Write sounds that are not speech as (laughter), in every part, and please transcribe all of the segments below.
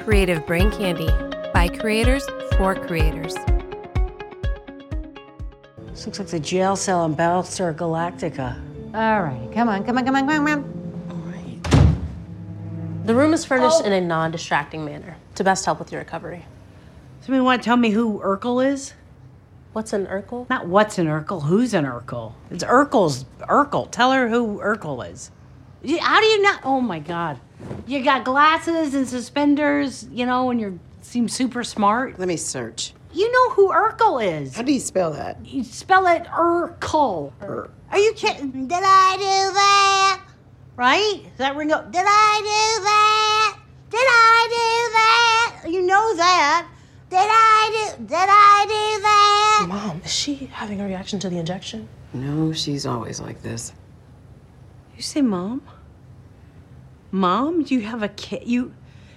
Creative Brain Candy by creators for creators. This looks like the jail cell in Battlestar Galactica. All right, come on, come on, come on, come on, come on. The room is furnished in a non distracting manner to best help with your recovery. Somebody want to tell me who Urkel is? What's an Urkel? Not what's an Urkel, who's an Urkel? It's Urkel's Urkel. Tell her who Urkel is. You- How do you not? Oh my God. You got glasses and suspenders, you know, and you seem super smart. Let me search. You know who Urkel is. How do you spell that? You spell it er, Urkel. Ur- Are you kidding? Did I do that? Right? Does that ring up? Did I do that? Did I do that? You know that. Did I do? Did I do that? Mom, is she having a reaction to the injection? No, she's always like this. You say, mom? Mom, you have a kid. You,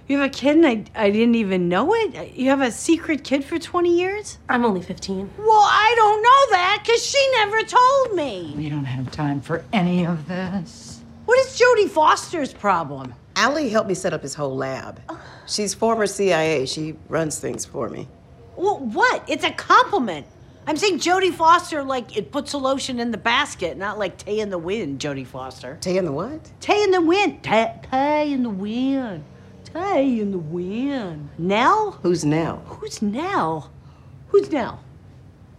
you have a kid, and I, I didn't even know it. You have a secret kid for twenty years. I'm only 15. Well, I don't know that because she never told me. We don't have time for any of this. What is Jodie Foster's problem? Allie helped me set up his whole lab. She's former CIA. She runs things for me. Well, what? It's a compliment. I'm saying Jodie Foster, like, it puts a lotion in the basket, not like Tay in the wind, Jodie Foster. Tay in the what? Tay in the wind. Tay, tay in the wind. Tay in the wind. Nell? Who's now? Who's Nell? Who's Nell?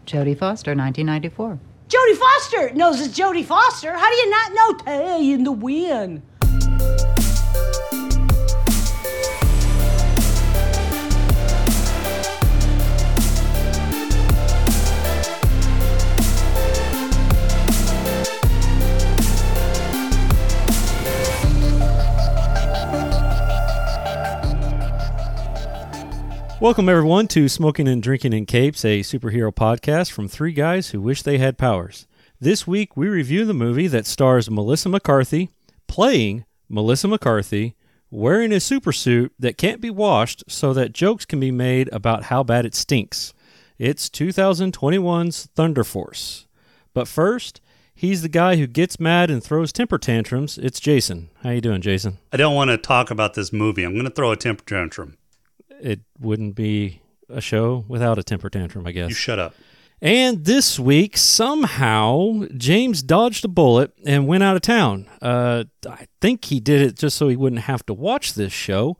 Jodie Foster, 1994. Jodie Foster knows it's Jodie Foster. How do you not know Tay in the wind? Welcome, everyone, to Smoking and Drinking in Capes, a superhero podcast from three guys who wish they had powers. This week, we review the movie that stars Melissa McCarthy, playing Melissa McCarthy, wearing a supersuit that can't be washed so that jokes can be made about how bad it stinks. It's 2021's Thunder Force. But first, he's the guy who gets mad and throws temper tantrums. It's Jason. How you doing, Jason? I don't want to talk about this movie. I'm going to throw a temper tantrum. It wouldn't be a show without a temper tantrum, I guess. You shut up. And this week, somehow, James dodged a bullet and went out of town. Uh, I think he did it just so he wouldn't have to watch this show.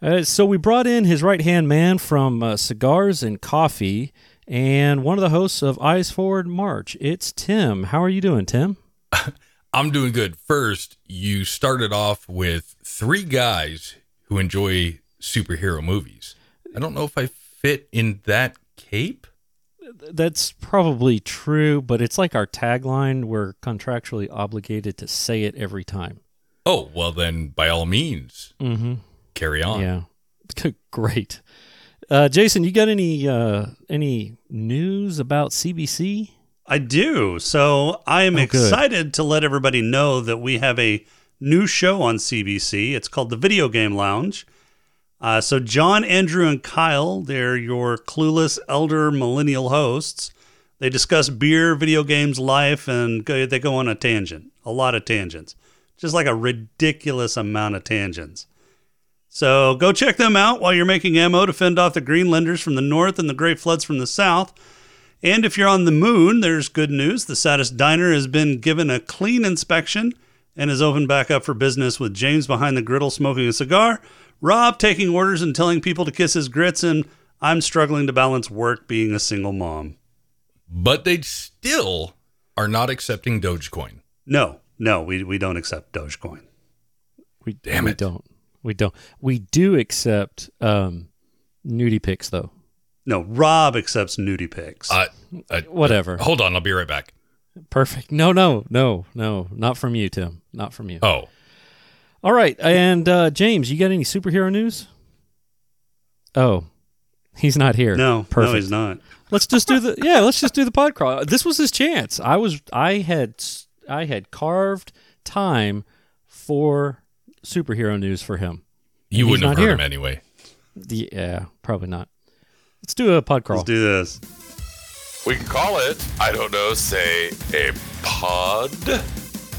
Uh, so we brought in his right hand man from uh, Cigars and Coffee and one of the hosts of Eyes Forward March. It's Tim. How are you doing, Tim? I'm doing good. First, you started off with three guys who enjoy superhero movies. I don't know if I fit in that cape. That's probably true, but it's like our tagline. We're contractually obligated to say it every time. Oh, well, then by all means, Mm hmm. carry on. Yeah. (laughs) Good- Great. Uh, Jason, you got any uh, any news about CBC? I do. So I am Oh, good. excited to let everybody know that we have a new show on CBC. It's called The Video Game Lounge. Uh, so John, Andrew, and Kyle, they're your clueless elder millennial hosts. They discuss beer, video games, life, and go, they go on a tangent, a lot of tangents, just like a ridiculous amount of tangents. So go check them out while you're making ammo to fend off the Greenlanders from the north and the Great Floods from the south. And if you're on the moon, there's good news. The Saddest Diner has been given a clean inspection and is opened back up for business with James behind the griddle smoking a cigar, Rob taking orders and telling people to kiss his grits, and I'm struggling to balance work being a single mom. But they still are not accepting Dogecoin. No, no, we, we don't accept Dogecoin. We Damn we it. don't. We don't. We do accept um, nudie pics though. No, Rob accepts nudie pics. Uh, uh, Whatever. hold on, I'll be right back. Perfect. No, no, no, no. Not from you, Tim. Not from you. Oh, All right. And uh, James, you got any superhero news? Oh, he's not here. no, Perfect. no, he's not. Let's just do the yeah. Let's just do the pod crawl. This was his chance. I was I had s- I had carved time for superhero news for him. you He's wouldn't not have heard here. him anyway. Yeah, probably not. Let's do a pod crawl. Let's do this. We can call it, I don't know, say a pod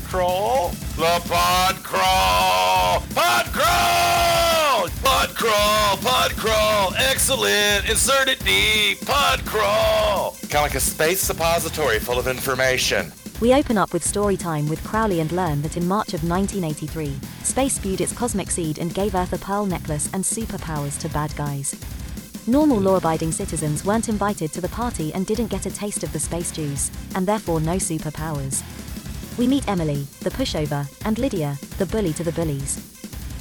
crawl? The pod crawl! Pod crawl! Pod crawl! crawl, pod crawl, excellent. Insert it deep, pod crawl. Kind of like a space suppository full of information. We open up with story time with Crowley and learn that in March of 1983, space spewed its cosmic seed and gave Earth a pearl necklace and superpowers to bad guys. Normal law abiding citizens weren't invited to the party and didn't get a taste of the space juice, and therefore no superpowers. We meet Emily, the pushover, and Lydia, the bully to the bullies.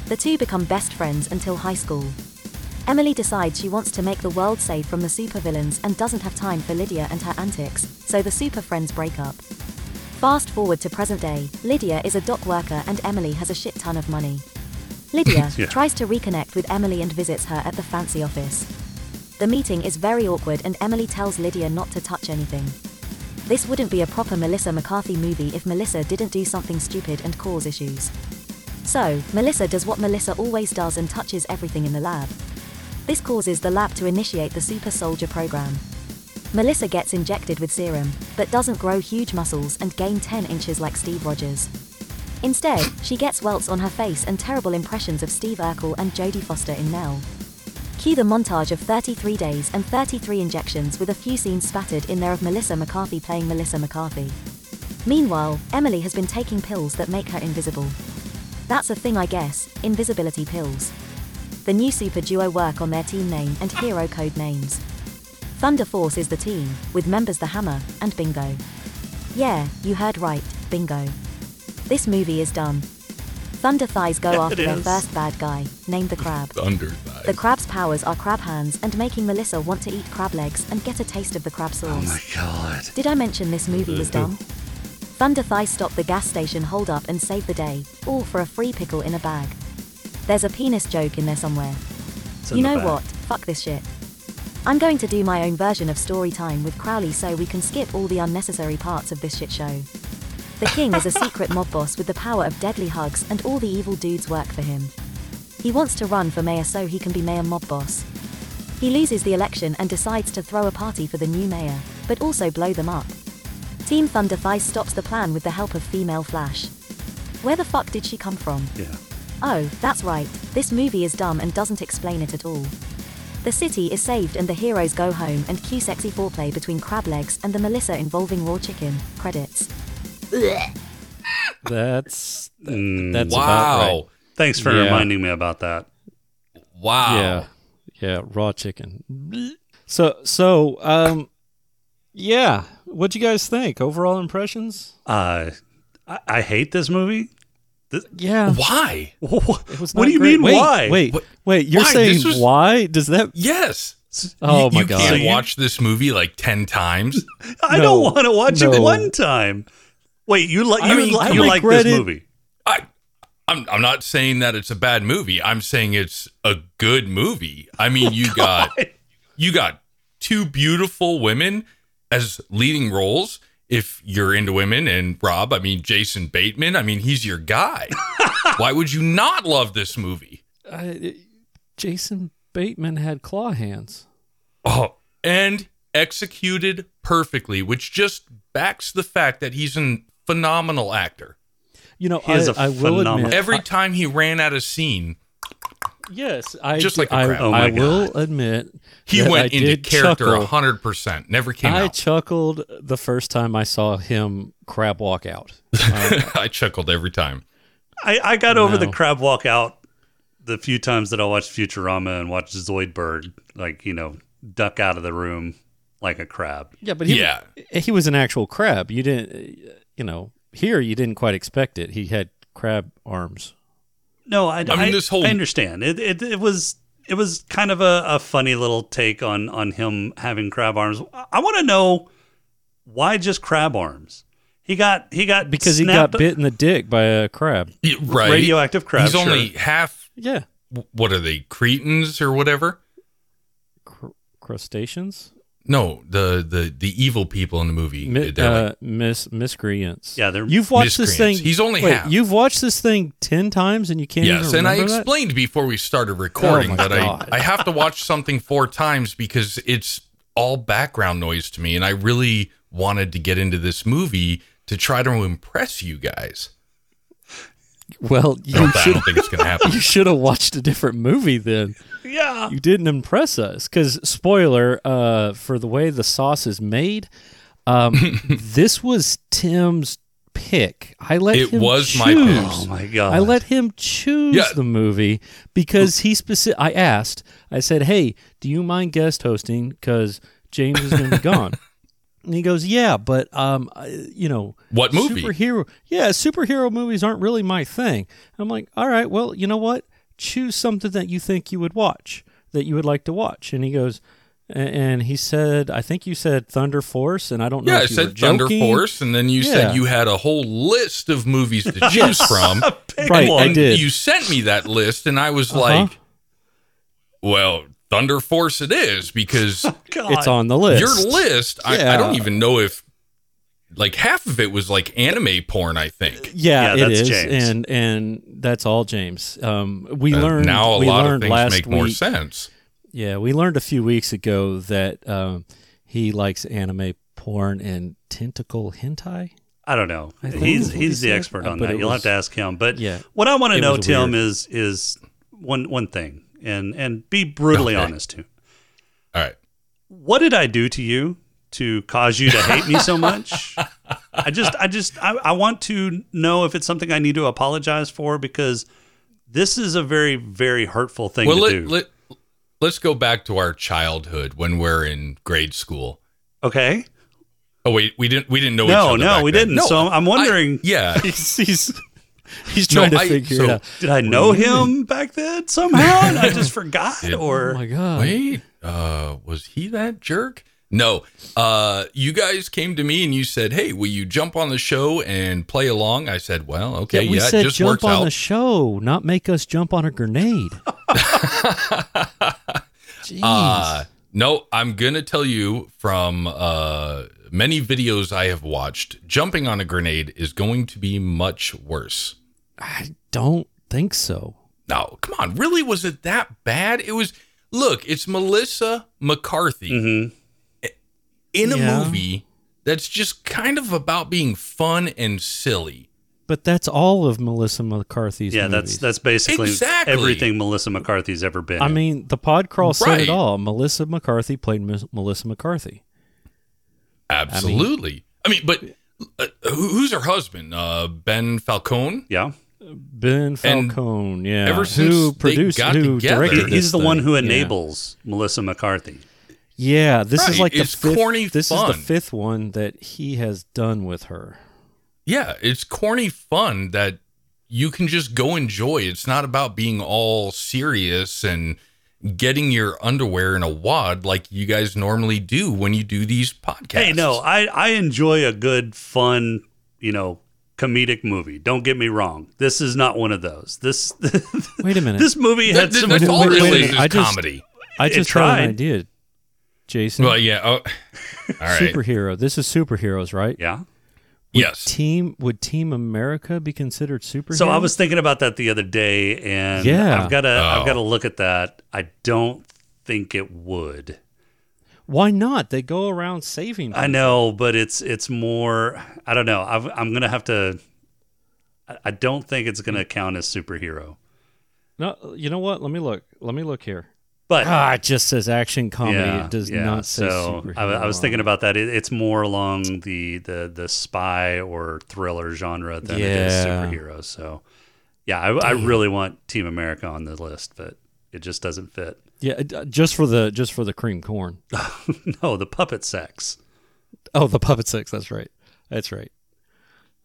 The two become best friends until high school. Emily decides she wants to make the world safe from the supervillains and doesn't have time for Lydia and her antics, so the super friends break up. Fast forward to present day, Lydia is a dock worker and Emily has a shit ton of money. Lydia Yeah. tries to reconnect with Emily and visits her at the fancy office. The meeting is very awkward and Emily tells Lydia not to touch anything. This wouldn't be a proper Melissa McCarthy movie if Melissa didn't do something stupid and cause issues. So, Melissa does what Melissa always does and touches everything in the lab. This causes the lab to initiate the Super Soldier program. Melissa gets injected with serum, but doesn't grow huge muscles and gain 10 inches like Steve Rogers. Instead, she gets welts on her face and terrible impressions of Steve Urkel and Jodie Foster in Nell. Cue the montage of 33 days and 33 injections with a few scenes spattered in there of Melissa McCarthy playing Melissa McCarthy. Meanwhile, Emily has been taking pills that make her invisible. That's a thing, I guess, invisibility pills. The new super duo work on their team name and hero code names. Thunder Force is the team, with members The Hammer and Bingo. Yeah, you heard right, Bingo. This movie is dumb. Thunder Thighs go after their is. first bad guy, named the Crab. Thunder The thighs. crab's powers are crab hands and making Melissa want to eat crab legs and get a taste of the crab sauce. God. Did I mention this movie was dumb? Thunder Thighs stop the gas station hold up and save the day, all for a free pickle in a bag. There's a penis joke in there somewhere. It's in You the know back. what? Fuck this shit. I'm going to do my own version of story time with Crowley so we can skip all the unnecessary parts of this shit show. The king is a secret mob boss with the power of deadly hugs and all the evil dudes work for him. He wants to run for mayor so he can be mayor mob boss. He loses the election and decides to throw a party for the new mayor, but also blow them up. Team Thunder Thighs stops the plan with the help of female Flash. Where the fuck did she come from? Yeah. Oh, that's right. This movie is dumb and doesn't explain it at all. The city is saved and the heroes go home and cue sexy foreplay between crab legs and the Melissa involving raw chicken. Credits. That's Mm, that's about right. Wow. Thanks for Yeah. reminding me about that. Wow. Yeah. Yeah, raw chicken. So so um yeah, what'd you guys think? Overall impressions? Uh, I, I hate this movie. (laughs) Oh. Yeah. Why? What, It was what not do you great. mean? Wait, why? Wait, What- wait, you're why? saying This was- why? Does that Yes. Oh you, my you god. can't watch this movie like ten times. I No. don't want to watch No. it one time. Wait, you like I you, mean, li- I you like this regretted- movie? I, I'm I'm not saying that it's a bad movie. I'm saying it's a good movie. I mean, you got you got two beautiful women as leading roles. If you're into women and Rob, I mean Jason Bateman, I mean he's your guy. Why would you not love this movie? I, it- Jason Bateman had claw hands. Oh, and executed perfectly, which just backs the fact that he's a phenomenal actor. You know, He I is a I will phenomenal- admit Every time he ran out of scene, Yes, I Just like a I, crab. Oh I my will admit he that went I into did character chuckle. 100%, never came I out. chuckled the first time I saw him crab walk (laughs) out. I chuckled every time. I, I got over the No. crab walk out the few times that I watched Futurama and watched Zoidberg, like, you know, duck out of the room like a crab. Yeah, but he, Yeah. he was an actual crab. You didn't, you know, here you didn't quite expect it. He had crab arms. No, I, mean, I- this whole- I understand. It, it, it was it was kind of a, a funny little take on, on him having crab arms. I- I want to know why just crab arms? He got he got Because he snapped- got bit in the dick by a crab. Yeah, Right. radioactive crab. He's sure. only half, Yeah. what are they, Cretans or whatever? Cr- crustaceans? No, the, the, the evil people in the movie. Mi- they're like, uh, mis- miscreants. Yeah, they're You've watched this thing. Miscreants. He's only wait, half. You've watched this thing 10 times and you can't yes, even and I remember that? explained before we started recording Oh my that I, God. I have to watch something four times because it's all background noise to me, and I really wanted to get into this movie to try to impress you guys. Well, you I should don't think it's (laughs) going to happen. you should have watched a different movie then. Yeah. You didn't impress us because spoiler uh, for the way the sauce is made. (laughs) Um, this was Tim's pick. I let It him was choose. my pick. Oh my god. I let him choose Yeah. the movie because he specific. I asked. I said, "Hey, do you mind guest hosting? Because James is going to be (laughs) gone." And he goes, "Yeah, but um, I- you know, What movie? Superhero. Yeah, superhero movies aren't really my thing." I'm like, "All right, well, you know what? Choose something that you think you would watch, that you would like to watch." And he goes. a- And he said, "I think you said Thunder Force, and I don't know." Yeah, I if you were said Thunder joking. Force, and then you Yeah. said you had a whole list of (laughs) movies to choose from. Pick Right, I one. did. Uh-huh. You sent me that list, and I was like, "Well, Thunder Force it is because (laughs) God. It's on the (laughs) list. your list. I, I don't Yeah. even know if like half of it was like anime porn. I think Yeah, Yeah, it that's is, James. and and that's all James. Um, we Uh, learned now a we lot of learned things last make more week- sense. Yeah, we learned a few weeks ago that um, he likes anime porn and tentacle hentai. I don't know. I think he's that's what he's he the said. expert Uh, on but that. it You'll have was- to ask him. But Yeah. what I want to It know, was Tim, weird. is is one one thing, and and be brutally Okay. honest too. All right, What did I do to you to cause you to hate me so much? I just I just I, I want to know if it's something I need to apologize for because this is a very very hurtful thing well to let, do. let let's go back to our childhood when we're in grade school. okay. Oh wait, we didn't we didn't know. each No, other no, back we then. didn't. So I'm- I'm I- wondering- (laughs) yeah, He's he's, he's No, trying to I- figure so- it out. Did I know him back then somehow and I (laughs) just forgot Oh or my god! wait, uh, was he that jerk? No, uh, you guys came to me and you said, "Hey, will you jump on the show and play along?" I said, "Well, yeah, okay, yeah, we it said just jump works on out." the show, not make us jump on a (laughs) grenade. Jeez. Uh, no, I'm gonna tell you from uh, many videos I have watched, jumping on a grenade is going to be much worse. I don't think so. No, come on, really? Was it that bad? It was. Look, it's Melissa McCarthy Mm-hmm. in a Yeah. movie that's just kind of about being fun and silly. But that's all of Melissa McCarthy's. yeah, movies. that's that's basically Exactly. everything Melissa McCarthy's ever been. I in. mean, the pod crawl said Right. it all. Melissa McCarthy played Miss- Melissa McCarthy. Absolutely. I mean, but uh, who- who's her husband? Uh, ben Falcone. yeah. Ben And Falcone, yeah. ever who since they produced, got who together- directed He- he's this the one thing. who Yeah. enables Melissa McCarthy. Yeah, this Right, is like the it's fifth, corny This fun. is the fifth one that he has done with her. Yeah, it's corny fun that you can just go enjoy. It's not about being all serious and getting your underwear in a wad like you guys normally do when you do these podcasts. Hey, no, I, I enjoy a good, fun, you know, comedic movie. Don't get me wrong. This is not one of those. This (laughs) Wait a minute. this movie That- had that- some. that's all wait, it wait a is, minute, is I just- comedy. I it just had tried. an idea, Jason. Well, yeah. Oh, (laughs) all right. Superhero. This is superheroes, right? Yeah. yes. Team would Team America be considered superheroes? So I was thinking about that the other day, and Yeah. I've got to I've Oh. got to look at that. I don't think it would. Why not? They go around saving. I know, but it's it's more. I don't know. I've, I'm gonna have to. I- I don't think it's Mm. gonna count as superhero. No, you know what? Let me look. Let me look here. But Ah, it just says action comedy. it does yeah. not say so superhero. I, wa- I was on thinking it. about that. It, it's more along the, the the spy or thriller genre than it is Yeah. superhero. So yeah, I, I really want Team America on the list, but it just doesn't fit. (laughs) yeah, it- uh, just for the just for the cream corn. no, the puppet sex. Oh, the puppet sex. That's right. That's right.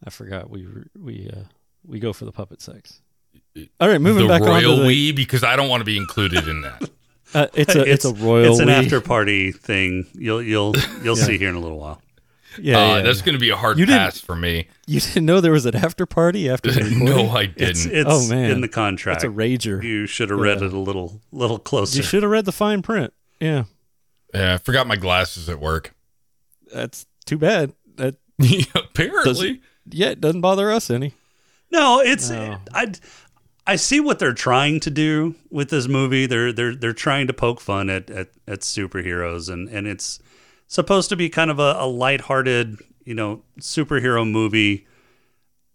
I forgot we were- we uh, we go for the puppet sex. All right, moving The back on royal to the. we because I don't want to be included in that. Uh, it's (laughs) a it's, a royal. It's an we. after party thing. You'll you'll you'll see here in a little while. (laughs) Yeah, uh, yeah, that's yeah. going to be a hard You didn't- pass for (laughs) me. You didn't know there was an after party (laughs) after. the No, recording? I It's didn't. it's Oh, man. in the contract. That's a rager. You should have read Yeah. it a little little closer. You should have read the fine print. Yeah, yeah, I forgot my glasses at work. (laughs) that's too bad. That Apparently. yeah, it doesn't bother us any. No, it's I. I see what they're trying to do with this movie. They're they're they're trying to poke fun at at, at superheroes, and and it's supposed to be kind of a, a lighthearted, you know, superhero movie.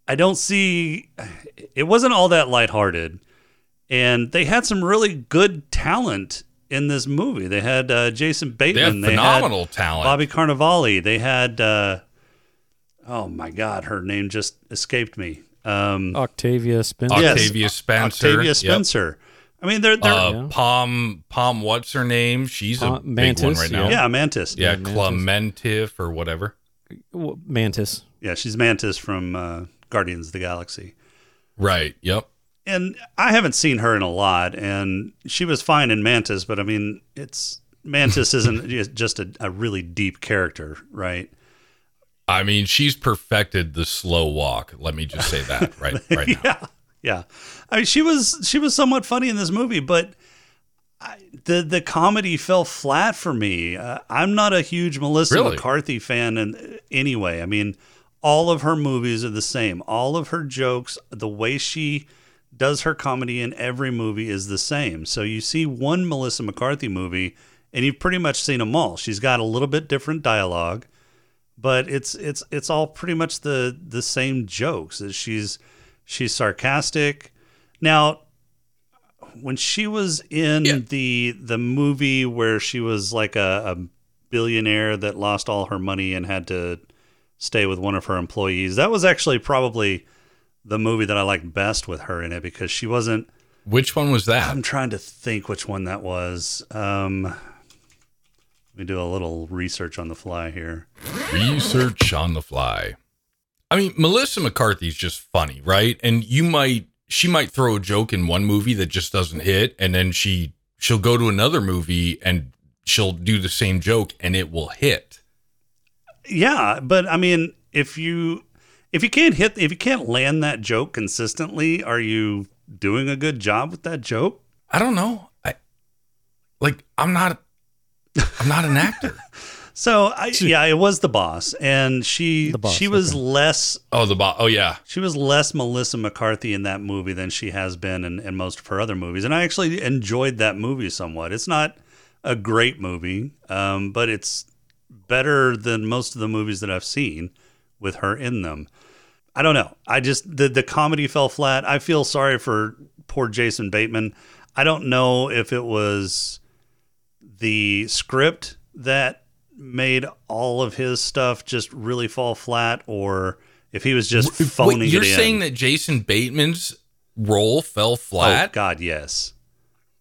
I don't see it wasn't all that lighthearted. And they had some really good talent in this movie. They had uh, Jason They have Bateman. They had phenomenal talent. Bobby Carnivale. They had uh, oh my god, her name just escaped me. Um, Octavia Spencer. yes. Octavia Oh, Spencer. Octavia Yep. Spencer. I mean, they're they're Uh, Yeah. Palm, Palm, what's her name? She's a Palm- big one Mantis, right now. yeah, Mantis. Oh. yeah, Yeah, Mantis. Clementif or whatever. W- Mantis. yeah, she's Mantis from uh, Guardians of the Galaxy. Right. Yep. and I haven't seen her in a lot, and she was fine in Mantis, but I mean, it's Mantis isn't (laughs) ju- just a, a really deep character, right? I mean, she's perfected the slow walk. Let me just say that right right now. Yeah, yeah. I mean, she was she was somewhat funny in this movie, but I, the the comedy fell flat for me. Uh, I'm not a huge Melissa Really? McCarthy fan, and anyway, I mean, all of her movies are the same. All of her jokes, the way she does her comedy in every movie is the same. So you see one Melissa McCarthy movie, and you've pretty much seen them all. She's got a little bit different dialogue but it's it's it's all pretty much the the same jokes. She's she's sarcastic. Now, when she was in Yeah. the the movie where she was like a, a billionaire that lost all her money and had to stay with one of her employees, that was actually probably the movie that I liked best with her in it because she wasn't. Which one was that? I'm trying to think which one that was. Um, let me do a little research on the fly here. Research on the fly. I mean, Melissa McCarthy's just funny, right? And you might she might throw a joke in one movie that just doesn't hit, and then she she'll go to another movie and she'll do the same joke and it will hit. Yeah, but I mean, if you if you can't hit if you can't land that joke consistently, are you doing a good job with that joke? I don't know. I like I'm not I'm not an actor. So (laughs) I, yeah, it was the boss, and she The Boss, she was okay. less oh, the bo- oh yeah. she was less Melissa McCarthy in that movie than she has been in, in most of her other movies, and I actually enjoyed that movie somewhat. It's not a great movie, um, but it's better than most of the movies that I've seen with her in them. I don't know. I just the the comedy fell flat. I feel sorry for poor Jason Bateman. I don't know if it was the script that made all of his stuff just really fall flat or if he was just Wait, phoning you're it in. saying that Jason Bateman's role fell oh flat? god, yes.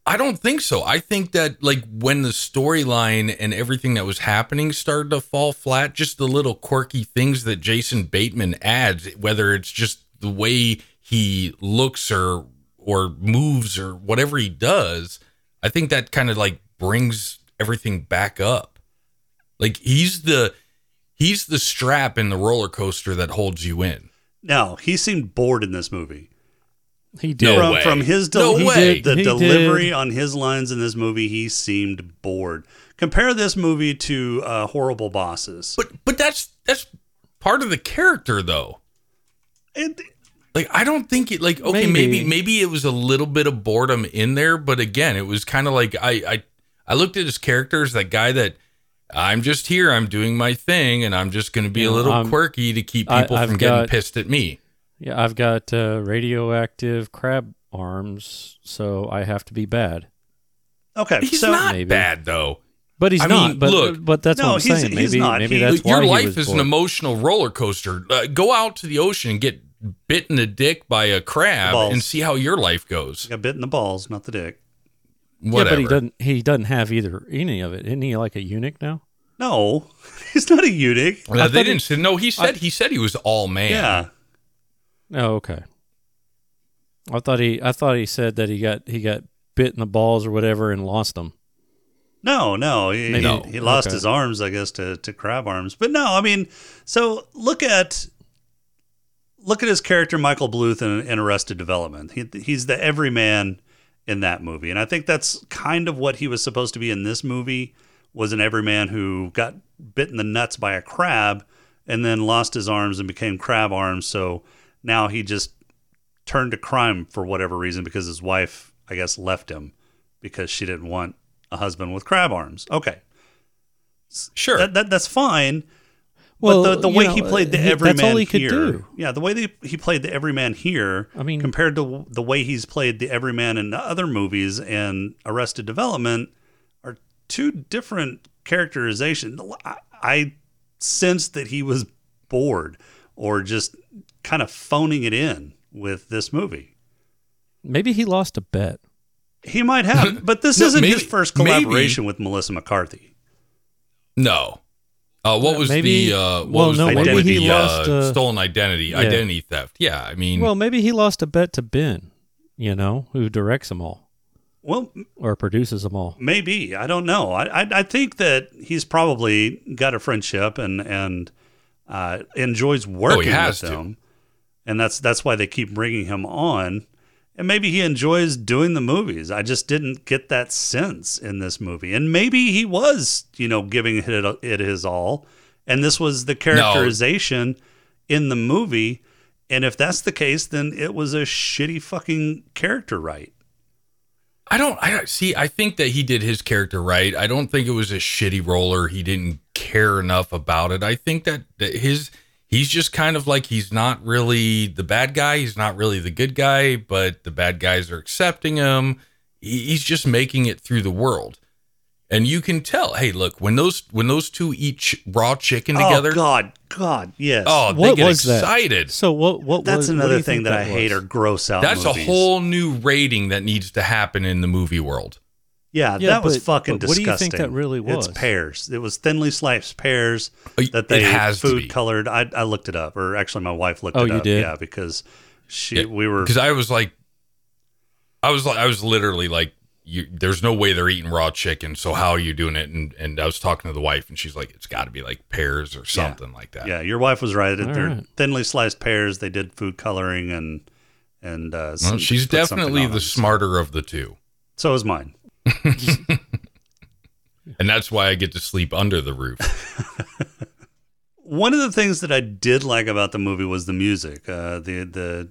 I don't think so. I think that like when the storyline and everything that was happening started to fall flat, just the little quirky things that Jason Bateman adds, whether it's just the way he looks or or moves or whatever he does, I think that kind of like brings everything back up. Like he's the he's the strap in the roller coaster that holds you in. No, he seemed bored in this movie. He No did. from, way. from his del- No he way. did- the He delivery did. on his lines in this movie, he seemed bored. Compare this movie to uh, Horrible Bosses. But but that's that's part of the character though. And- Like I don't think it like okay maybe maybe, Maybe. it was a little bit of boredom in there but again it was kind of like I I I looked at his character as that guy that I'm just here I'm doing my thing and I'm just going to be Yeah, a little I'm- quirky to keep I- people I've from getting got- pissed at me. Yeah, I've got uh, radioactive crab arms, so I have to be bad. okay, He's so not Maybe. bad though. But he's I not. mean, but look, but that's what no, I'm he's- saying. Maybe he's not. maybe He- that's why Your he life was is an bored. emotional roller coaster. Uh, go out to the ocean and get bit in the dick by a crab Balls. and see how your life goes. got bit in the balls, not the dick. Yeah, Whatever. but he doesn't. He doesn't have either any of it. Isn't he like a eunuch now? No, (laughs) he's not a eunuch. Uh, I they thought didn't. he- say, no, he said he said he was all man. Yeah. Oh, okay. I thought he. I thought he said that he got he got bit in the balls or whatever and lost them. No, no. He, Maybe- he- he lost okay. his arms, I guess, to, to crab arms. But no, I mean, so look at look at his character Michael Bluth in, in Arrested Development. He, he's the everyman in that movie, and I think that's kind of what he was supposed to be in this movie. Was an everyman who got bit in the nuts by a crab, and then lost his arms and became crab arms. So now he just turned to crime for whatever reason because his wife, I guess, left him because she didn't want a husband with crab arms. Okay, Sure. that, that that's fine. but the, the you way know, he played the he- everyman that's all he could here, do. yeah, the way that he played the everyman here, I mean- compared to the way he's played the everyman in the other movies and Arrested Development, are two different characterization. I, I sensed that he was bored or just kind of phoning it in with this movie. Maybe he lost a bet. He might (laughs) have, but this No, isn't his maybe- first maybe- collaboration with Melissa McCarthy. No. Uh, what was maybe- the uh, what well, was no, the, maybe one with he the lost, uh, uh, stolen identity yeah. identity theft? Yeah, I mean, Well, maybe he lost a bet to Ben, you know, who directs them all Well, or produces them all. Maybe I don't know. I I, I think that he's probably got a friendship and and uh, enjoys working Oh, has with to. them, and that's that's why they keep bringing him on. And maybe he enjoys doing the movies. I just didn't get that sense in this movie. And maybe he was, you know, giving it, it his all. And this was the characterization in the movie. And if that's the case, then it was a shitty fucking character, right? I don't. I don't see. I think that he did his character right. I don't think it was a shitty roller. He didn't care enough about it. I think that, that his he's just kind of like he's not really the bad guy. He's not really the good guy, but the bad guys are accepting him. He, he's just making it through the world, and you can tell. Hey, look when those when those two eat ch- raw chicken together. Oh God, God, yes. Oh, they what get was excited. that? So what? What? That's was, what do another you thing think that, I hate was? are gross out. That's movies. a whole new rating that needs to happen in the movie world. yeah. Yeah, that was but- fucking but what do disgusting. you think that really was? It's pears. It was thinly sliced pears Uh, that they it has to food be. colored. I, I looked it up, or actually my wife looked Oh, it you up. did? Yeah, because she we were because I was like, I was like, I was literally like, you, there's no way they're eating raw chicken. So how are you doing it? And and I was talking to the wife, and she's like, it's got to be like pears or something like that. yeah. Your wife was right. All They're right. thinly sliced pears. They did food coloring and and uh, Well, some- she's put something definitely on the them. smarter of the two, So is mine. and that's why I get to sleep under the (laughs) roof. one of the things that I did like about the movie was the music, uh, the the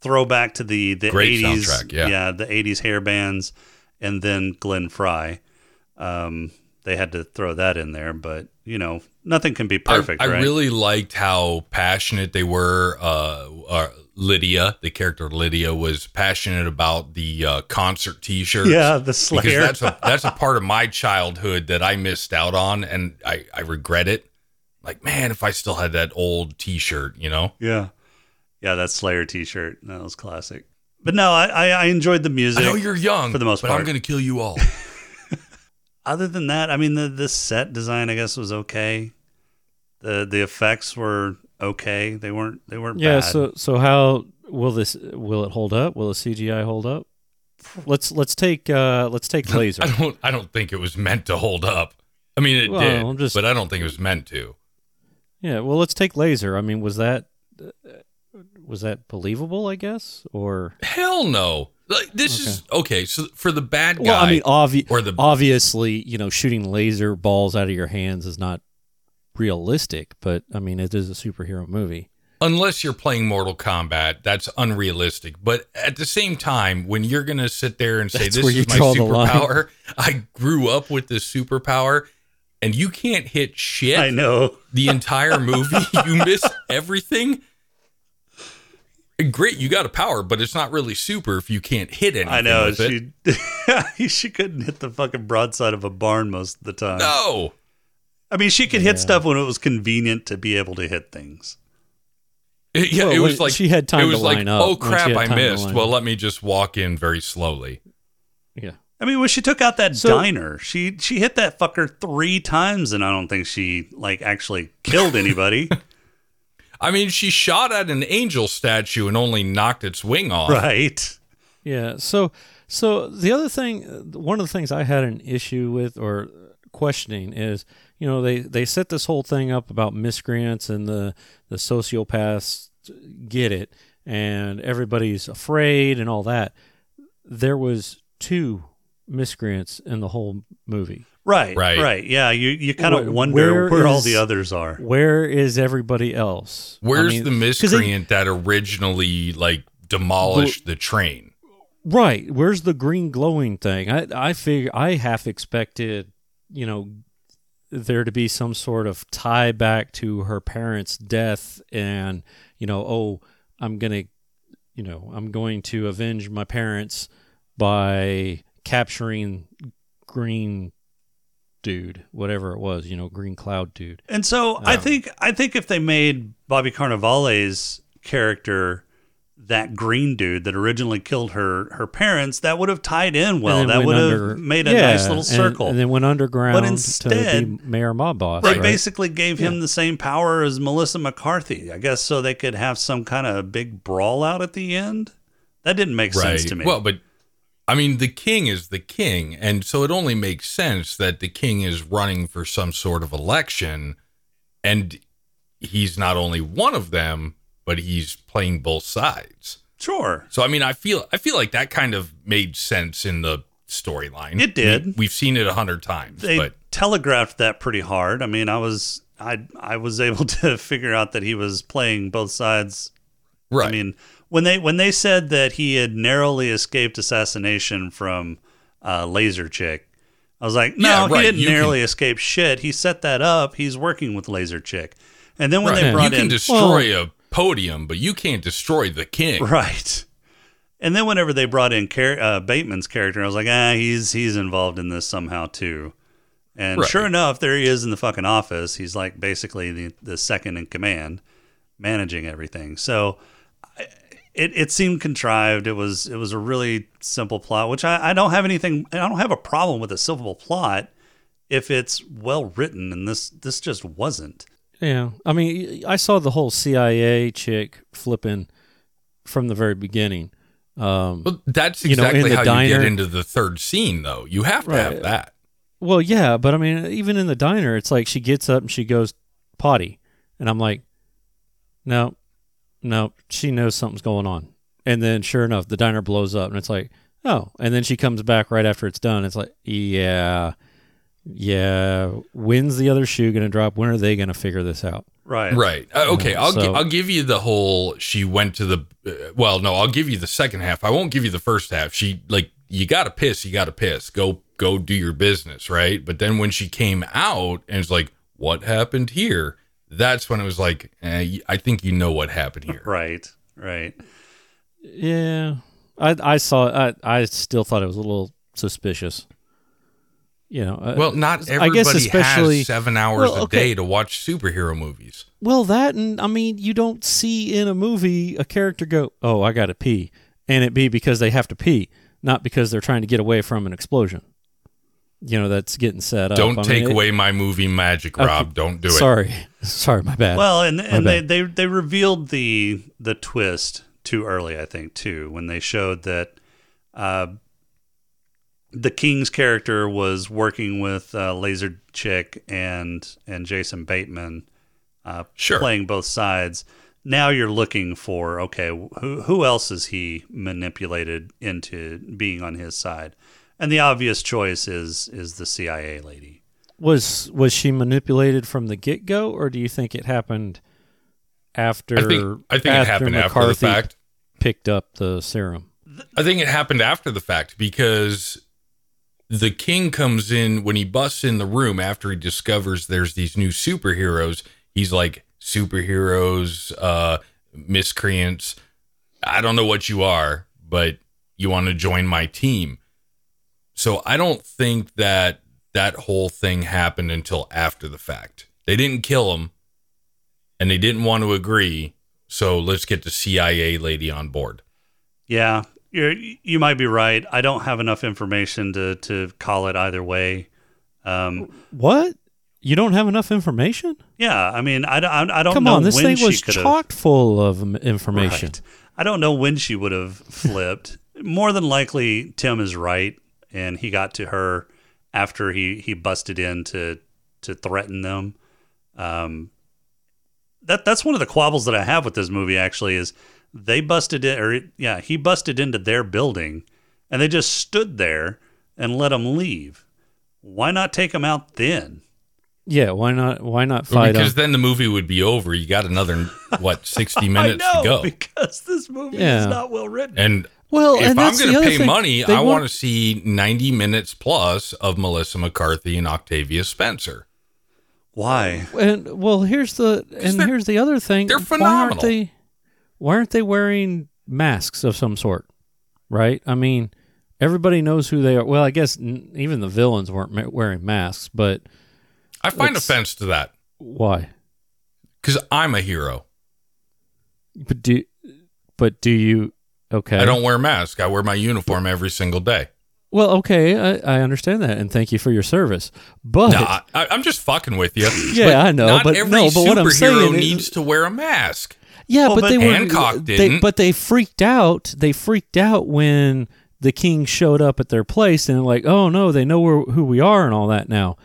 throwback to the the Great 80s, soundtrack, yeah. the eighties hair bands, and then Glenn Fry. Um, they had to throw that in there, but you know, nothing can be perfect, I, I right? really liked how passionate they were. Uh, uh, Lydia, the character Lydia, was passionate about the uh, concert (laughs) T-shirts. yeah, the because Slayer. that's a that's a part of my childhood that I missed out on, and I I regret it. Like, man, if I still had that old T-shirt, you know, yeah, yeah, that Slayer T-shirt. That was classic. But no, I I, I enjoyed the I music. know you're young for the most but I'm part. gonna kill you all. Other than that, I mean, the the set design, I guess, was okay. the The effects were okay. They weren't they weren't Yeah. bad. So so how will this? Will it hold up? Will the CGI hold up? Let's let's take uh let's take laser. I don't I don't think it was meant to hold up. I mean, it Well, did, I'm just- but I don't think it was meant to. yeah. Well, let's take laser. I mean, was that uh, was that believable? I guess or Hell no. Like this is okay. So for the bad guy, well, I mean, obvi- or the- obviously, you know, shooting laser balls out of your hands is not realistic, but I mean, it is a superhero movie. unless you're playing Mortal Kombat, that's unrealistic. But at the same time, when you're going to sit there and say, That's This where you is my draw the line. superpower, I grew up with this superpower, and you can't hit shit I know. the entire (laughs) movie, you miss everything. Great, you got a power, but it's not really super if you can't hit anything. I know with it. she (laughs) she couldn't hit the fucking broadside of a barn most of the time. No. I mean, she could hit stuff when it was convenient to be able to hit things. It, yeah, Well, it was when like she had time It to was like, line up, oh when she crap, had I time to missed. line Well, up. let me just walk in very slowly. Yeah. I mean, when she took out that So- diner, she she hit that fucker three times, and I don't think she like actually killed (laughs) anybody. I mean, she shot at an angel statue and only knocked its wing off. right? Yeah. So, so the other thing, uh, one of the things I had an issue with or questioning is, you know, they they set this whole thing up about miscreants and the the sociopaths get it, and everybody's afraid and all that. There was two miscreants in the whole movie. Right, Right. right, right. Yeah, you you kind of Where- wonder where, where all is- the others are. Where is everybody else? I Where's mean, the 'cause they- miscreant that originally like demolished the train? Right. Where's the green glowing thing? I I figure I half expected, you know, there to be some sort of tie back to her parents' death and, you know, oh, I'm going to, you know, I'm going to avenge my parents by capturing Green Dude, whatever it was, you know, Green Cloud Dude. And so I think I think if they made Bobby Carnivale's character that green dude that originally killed her her parents, that would have tied in well. And then That went would under- have made a Yeah, nice little and- circle. And, then went underground to instead, be Mayor Mob Boss. they right? basically gave him the same power as Melissa McCarthy, I guess, so they could have some kind of big brawl out at the end. That didn't make sense to me. Well, but I mean, the king is the king, and so it only makes sense that the king is running for some sort of election, and he's not only one of them, but he's playing both sides. sure, So I mean, I feel I feel like that kind of made sense in the storyline. It did. I mean, we've seen it a hundred times, they but telegraphed that pretty hard. I mean, I was I I was (laughs) able to figure out that he was playing both sides right. I mean, when they when they said that he had narrowly escaped assassination from uh, Laser Chick, I was like, no, Yeah, right, he didn't you narrowly escape shit. He set that up. He's working with Laser Chick. And then when Right. they brought you can in destroy a podium, but you can't destroy the (laughs) king. right, and then whenever they brought in Car- uh, Bateman's character, I was like, ah, he's he's involved in this somehow too. And Right. sure enough, there he is in the fucking office. He's like basically the, the second in command, managing everything. So I- it, it seemed contrived. It was it was a really simple plot, which I, I don't have anything. I don't have a problem with a simple plot if it's well written, and this this just wasn't. Yeah, I mean, I saw the whole CIA chick flipping from the very beginning. Um, Well, that's You know, in exactly the how you diner- get into the third scene, though. You have to Right. have that. well, yeah, but I mean, even in the diner, it's like she gets up and she goes potty, and I'm like, no, no, she knows something's going on. And then, sure enough, the diner blows up, and it's like, oh, and then she comes back right after it's done. It's like, yeah, yeah. When's the other shoe gonna drop? When are they gonna figure this out? Right. Right. Uh, okay. I'll gi- so- I'll give you the whole. She went to the. Uh, well, no. I'll give you the second half. I won't give you the first half. She like you got to piss. You got to piss. Go go do your business. Right. But then when she came out and it's like, what happened here? That's when it was like, eh, y- I think you know what happened here. Right. Right. Yeah, I I saw I I still thought it was a little suspicious. You know, uh, Well, not I everybody guess especially- has seven hours Well, okay. a day to watch superhero movies. well that and I mean you don't see in a movie a character go, oh I got to pee, and it be because they have to pee, not because they're trying to get away from an explosion. You know that's getting set up. Don't Uh, I mean, take it- away my movie magic, Rob. Don't do it. Sorry, (laughs) sorry, my bad. Well, and and they, bad. they they revealed the the twist too early, I think, too, when they showed that uh, the king's character was working with uh, Laser Chick and and Jason Bateman, uh, Sure. playing both sides. Now you're looking for okay, who who else is he manipulated into being on his side? And the obvious choice is is the CIA lady. was was she manipulated from the get go, or do you think it happened after? I think I think it happened after the McCarthy fact. Picked up the serum. I think it happened after the fact because the king comes in when he busts in the room after he discovers there's these new superheroes. He's like superheroes, uh, miscreants. I don't know what you are, but you want to join my team. So I don't think that that whole thing happened until after the fact. They didn't kill him, and they didn't want to agree. So let's get the CIA lady on board. Yeah, you're, you might be right. I don't have enough information to, to call it either way. Um, What? You don't have enough information? yeah, I mean, I, don't- I don't Come know on, this when thing she was could've- chock full of m- information. Right. I don't know when she would have flipped. (laughs) More than likely, Tim is right, and he got to her after he, he busted in to to threaten them. Um, that that's one of the quabbles that I have with this movie. Actually, is they busted in, or yeah, he busted into their building, and they just stood there and let him leave. Why not take him out then? Yeah, why not? Why not fight because him? then the movie would be over. You got another what (laughs) sixty minutes I know to go. because this movie Yeah. is not well written. And Well, if and I'm that's going the to other pay thing. money, They I want- want to see ninety minutes plus of Melissa McCarthy and Octavia Spencer. Why? (laughs) And well, here's the and they're- here's the other thing. they're Why aren't phenomenal. they? Why aren't they wearing masks of some sort? Right? I mean, everybody knows who they are. Well, I guess n- even the villains weren't ma- wearing masks, but I find It's- offense to that why? because I'm a hero. But do but do you? Okay. I don't wear mask. I wear my uniform every single day. Well, okay, I, I understand that, and thank you for your service. But No, I, I- I'm just fucking with you. Oh. (laughs) Yeah, I know, Not but every no, but superhero what I'm saying is- needs to wear a mask. Yeah, Well, but, but they were Hancock they- didn't. but they freaked out. They freaked out when the king showed up at their place and like, oh no, they know where, who we are and all that now.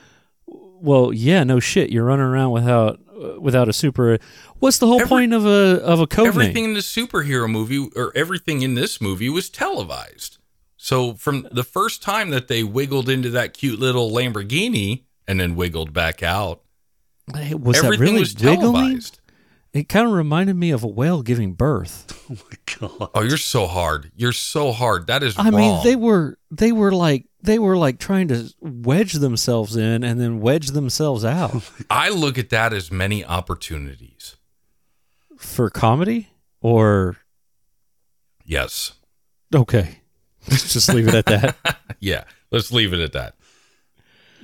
Well, yeah, no shit. You're running around without uh, without a super. What's the whole Every- point of a of a code everything name? in the superhero movie or everything in this movie was televised. So from the first time that they wiggled into that cute little Lamborghini and then wiggled back out, Hey, was that everything really was wiggling? televised. It kind of reminded me of a whale giving birth. Oh my god. Oh, you're so hard. You're so hard. That is I wrong. mean, they were they were like they were like trying to wedge themselves in and then wedge themselves (laughs) out I look at that as many opportunities. for comedy or Yes. Okay. (laughs) Let's just leave it at (laughs) that. Yeah. Let's leave it at that.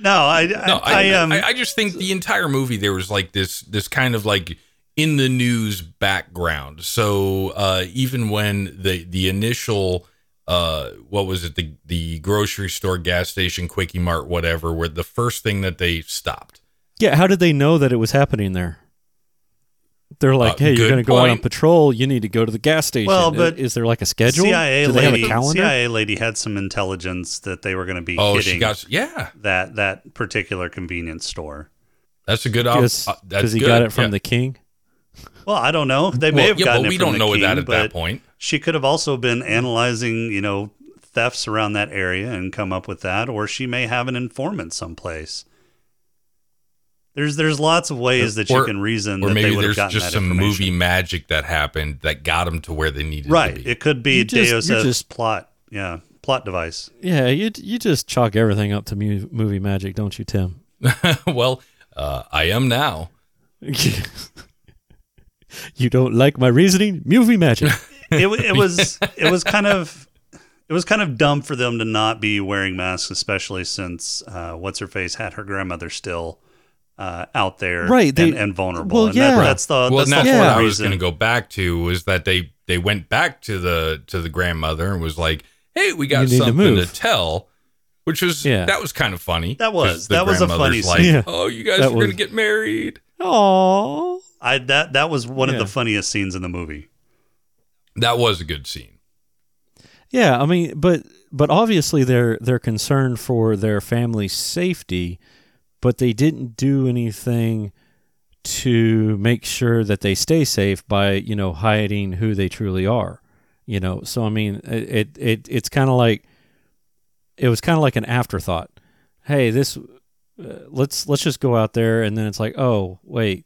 No, I, I, No, I, I, I, um, I, just think the entire movie there was like this this kind of like in the news background. So uh, even when the the initial uh, what was it the the grocery store, gas station, quickie mart, whatever, were the first thing that they stopped. Yeah, how did they know that it was happening there? They're like, Uh, hey, you're good going to go out on point. patrol. You need to go to the gas station. Well, I- but is there like a schedule? CIA Do they lady, have a calendar? CIA lady had some intelligence that they were going to be Oh, hitting she got yeah. that that particular convenience store. That's a good Because option. Uh, That's he good. got it from yeah. the king. Well, I don't know. They may Well, have yeah, gotten but it we from don't the know king, that at that but point. She could have also been analyzing, you know, thefts around that area and come up with that, or she may have an informant someplace. There's there's lots of ways that you Or- can reason or that maybe they would have there's gotten just that some information. movie magic that happened that got them to where they needed to Right. be. It could be You just- Deus you're Ex just- plot. Yeah. Plot device. Yeah, you you just chalk everything up to mu- movie magic, don't you, Tim? (laughs) well, uh, I am now. (laughs) you don't like my reasoning? Movie magic. It, wa- it (laughs) was it was kind of it was kind of dumb for them to not be wearing masks, especially since uh, what's her face had her grandmother still uh, out there Right, they- and, and vulnerable. well, and yeah. that, that's the well, Uh, that's and the that's whole what I was reason. going to go back to was that they they went back to the to the grandmother and was like, "Hey, we You got need to something to, move. tell," which was Yeah. that was kind of funny. That was- 'cause the that was a funny grandmother's scene. Like, Yeah. oh, you guys That were going was- to get married. Aww. I that that was one of Yeah. the funniest scenes in the movie. That was a good scene. Yeah, I mean, but but obviously they're they're concerned for their family's safety, but they didn't do anything to make sure that they stay safe by you know hiding who they truly are. You know, so I mean, it it, it it's kind of like it was kind of like an afterthought. Hey, this uh, let's let's just go out there, and then it's like, oh wait.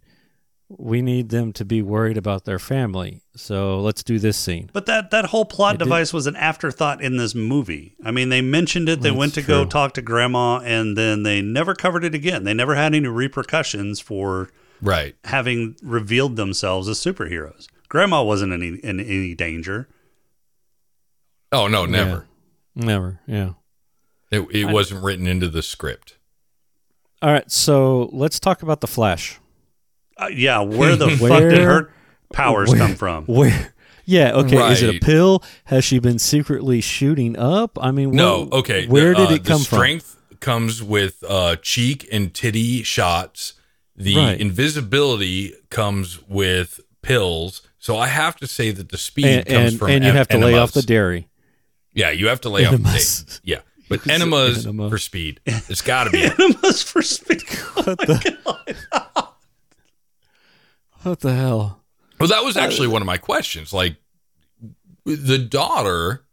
We need them to be worried about their family, so let's do this scene. But that that whole plot It did- device was an afterthought in this movie. I mean, they mentioned it. They That's went to go true. talk to grandma, and then they never covered it again. They never had any repercussions for Right. having revealed themselves as superheroes. Grandma wasn't in any, in any danger. Oh no, never. Never, yeah. It, it wasn't written into the script. All right, so let's talk about the Flash. Uh, yeah, (laughs) where the Where- fuck did her powers Where- come (laughs) from? (laughs) Where? Yeah. Okay. Is it a Right. pill? Has she been secretly shooting up? I mean, No. wh- Okay. Where the, did uh, it come the strength comes with uh, cheek and titty shots. The Right. invisibility comes with pills. So I have to say that the from? speed And comes and, from and you en- have to lay off enemas. the dairy. Yeah, you have to lay off the Enemas. (laughs) date. Yeah. (laughs) But Who's an enemas enema? for speed. It's got to be. Animus for speed. (laughs) Oh my God. What the hell? Well, that was actually one of my questions. Like, the daughter,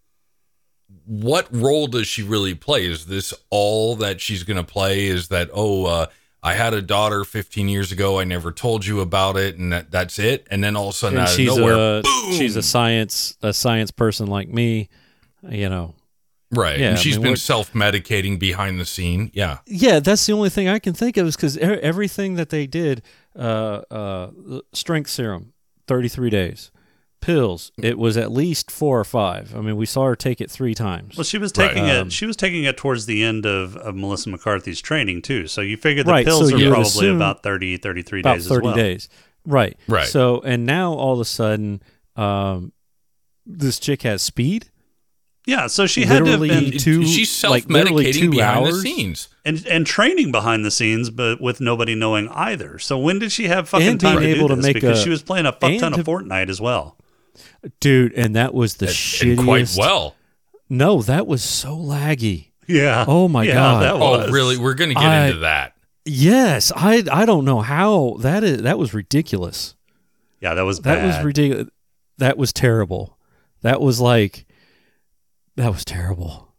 what role does she really play? Is this all that she's going to play? Is that, oh, uh, I had a daughter 15 years ago. I never told you about it, and that, that's it. And then all of a sudden, And out of she's uh, nowhere, a she's a science a science person like me. You know, Right. Yeah, I and she's mean, been what- self medicating behind the scene. Yeah. Yeah, that's the only thing I can think of is because everything that they did, uh, uh, strength serum, thirty-three days, pills. It was at least four or five. I mean, we saw her take it three times. Well, she was taking Right. it. Um, she was taking it towards the end of, of Melissa McCarthy's training too. So you figure the Right, so pills you are would probably assume about 30, 33 about days as thirty well. days, right? Right. So, and now all of a sudden, um, this chick has speed. Yeah, so she had to have Literally been Two- she's self like, literally two medicating behind the hours? scenes. and and training behind the scenes, but with nobody knowing either. So when did she have fucking And time being to able to do this? make because a- she was playing a fuck and ton of to- Fortnite as well. dude, and that was the and- shittiest. and quite well. No, that was so laggy. Yeah. Oh my yeah, God. That was. Oh, really? We're going to get I- into that. Yes, I I don't know how that is. That was ridiculous. Yeah, that was That bad. was ridiculous. That was terrible. That was like, that was terrible.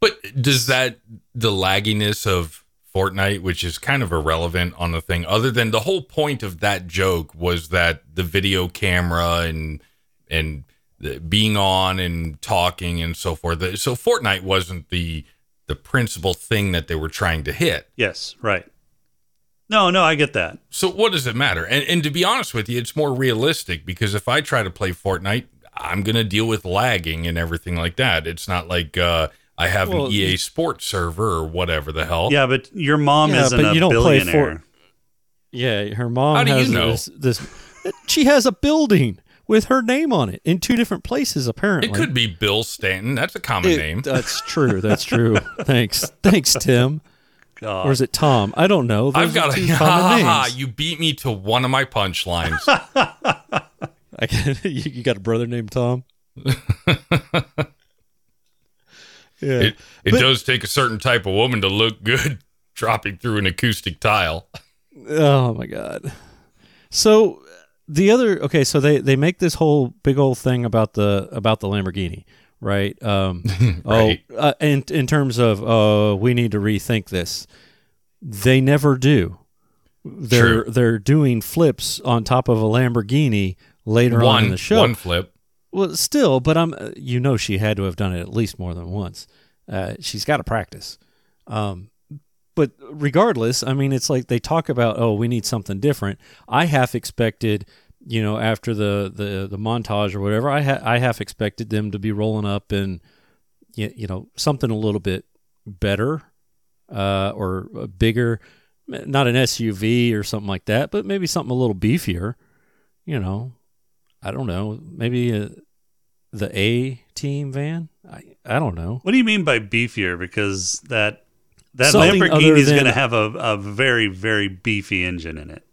But does that the lagginess of Fortnite, which is kind of irrelevant on the thing, other than the whole point of that joke was that the video camera and and the, being on and talking and so forth. The- So Fortnite wasn't the the principal thing that they were trying to hit. Yes, right. No, no, I get that. So what does it matter? And and to be honest with you, it's more realistic because if I try to play Fortnite, I'm gonna deal with lagging and everything like that. It's not like uh, I have Well, an EA you- Sports server or whatever the hell. Yeah, but your mom Yeah, isn't but a you don't play billionaire. Yeah, her mom How do you has know? this, this. She has a building with her name on it in two different places. Apparently, It could be Bill Stanton. That's a common It- name. That's true. That's (laughs) true. Thanks, thanks, Tim. God. Or is it Tom? I don't know. Those I've are got a (laughs) (laughs) two common names. You beat me to one of (laughs) my punchlines. I- (laughs) you, you got a brother named (laughs) Tom. yeah. it it does take a certain type of woman to look good (laughs) dropping through an acoustic tile. Oh my god. So the other okay, so they they make this whole big old thing about the about the Lamborghini, right? Um (laughs) Right. oh uh, in in terms of uh we need to rethink this. They never do. They're True. they're doing flips on top of a Lamborghini later on in One the show. one flip. Well, still, but I'm uh, you know she had to have done it at least more than once. Uh, she's got to practice. Um, but regardless, I mean, it's like they talk about oh, we need something different. I half expected, you know, after the the, the montage or whatever, I ha- I half expected them to be rolling up and y- you know something a little bit better uh, or uh, bigger, M- not an SUV or something like that, but maybe something a little beefier. You know, I don't know. Maybe uh, the A team van. I I don't know. What do you mean by beefier? Because that that Something Lamborghini other is going to than- have a, a very very beefy engine in it.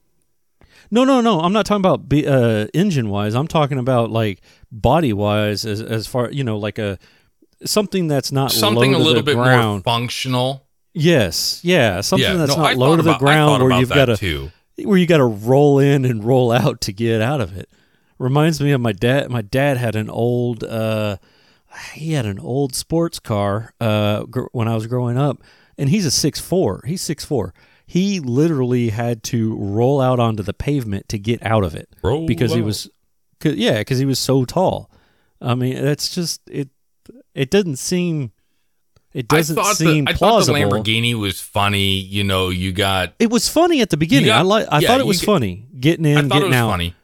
No, no, no. I'm not talking about be, uh, engine wise. I'm talking about like body wise, as as far you know, like a something that's not Something low a to little the bit more ground. functional. yes, yeah, something yeah. that's no, not I low thought to the about- I thought ground where about you've that got to too. where you got to roll in and roll out to get out of it. Reminds me of my dad. My dad had an old, uh, he had an old sports car uh, gr- when I was growing up, and he's a six four. He's six four. He literally had to roll out onto the pavement to get out of it Roll because he out. was, cause, yeah, because he was so tall. I mean, that's just it. It doesn't seem. It doesn't I thought seem the, I thought the plausible. Lamborghini was funny. You know, you got. It was funny at the beginning. got- I like. I yeah, thought it you was get- funny getting I in, thought getting it was out. funny.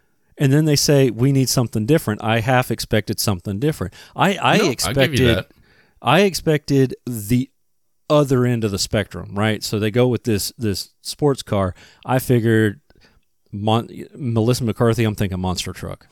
And then they say we need something different. I half expected something different. I I No, I'll give you expected. that. I expected the other end of the spectrum, right? So they go with this this sports car. I figured Mon- Melissa McCarthy. I'm thinking monster truck.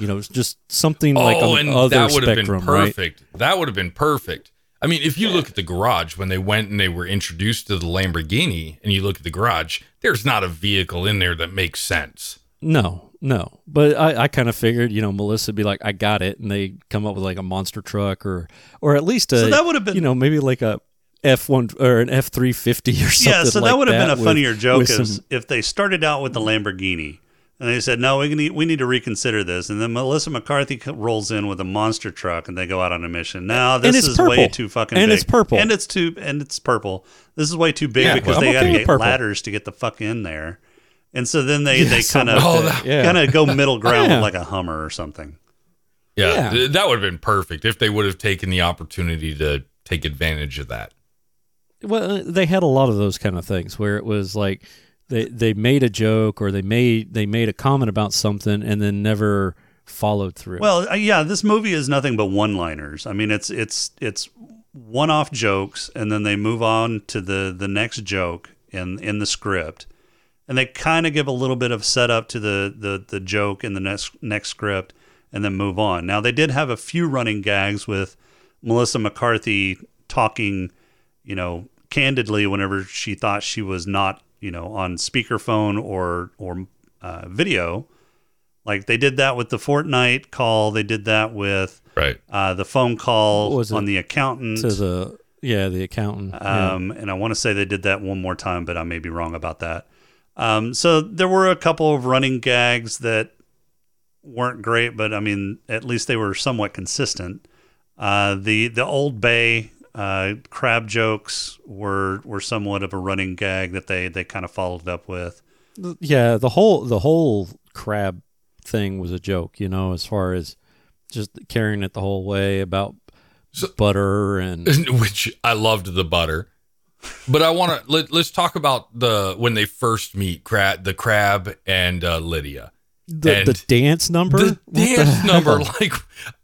You know, it's just something like oh, on and the other that would have spectrum, been right? perfect. That would have been perfect. I mean, if you look at the garage when they went and they were introduced to the Lamborghini, and you look at the garage, there's not a vehicle in there that makes sense. No, no. But I, I kind of figured, you know, Melissa would be like, I got it, and they come up with like a monster truck or or at least a So that would have been- you know, maybe like a F one or an F three fifty or something. Yeah, so like that would have been a with- funnier joke with if, some- if they started out with the Lamborghini and they said, "No, we need we need to reconsider this," and then Melissa McCarthy co- rolls in with a monster truck and they go out on a mission. Now this it's is way purple. too fucking And big. it's purple. and it's too and it's purple. This is way too big Yeah, because well, they I'm got to okay with get purple. ladders to get the fuck in there, and so then they Yeah, they kind something of like Oh, that, yeah. kind of go middle ground Yeah. with like a Hummer or something. Yeah, Yeah. th- that would have been perfect if they would have taken the opportunity to take advantage of that. Well, uh, they had a lot of those kind of things where it was like they they made a joke or they made they made a comment about something and then never followed through. Well, uh, yeah, this movie is nothing but one-liners. I mean, it's it's it's one-off jokes, and then they move on to the the next joke in in the script, and they kind of give a little bit of setup to the the the joke in the next next script, and then move on. Now they did have a few running gags with Melissa McCarthy talking, you know, candidly whenever she thought she was not, you know, on speakerphone or or uh, video. Like they did that with the Fortnite call. They did that with Right. (laughs) uh, the phone call What was it? on the accountant. to the yeah the accountant. Yeah. um, And I want to say they did that one more time, but I may be wrong about that. Um, so there were a couple of running gags that weren't great, but I mean, at least they were somewhat consistent. Uh, the the Old Bay uh, crab jokes were were somewhat of a running gag that they they kind of followed up with. yeah the whole the whole crab thing was a joke you know as far as just carrying it the whole way about butter (laughs) and which I loved the butter. But I want to let, let's talk about the when they first meet crab, the crab and uh, Lydia. the, and- the dance number The What the dance hell? number, (laughs) like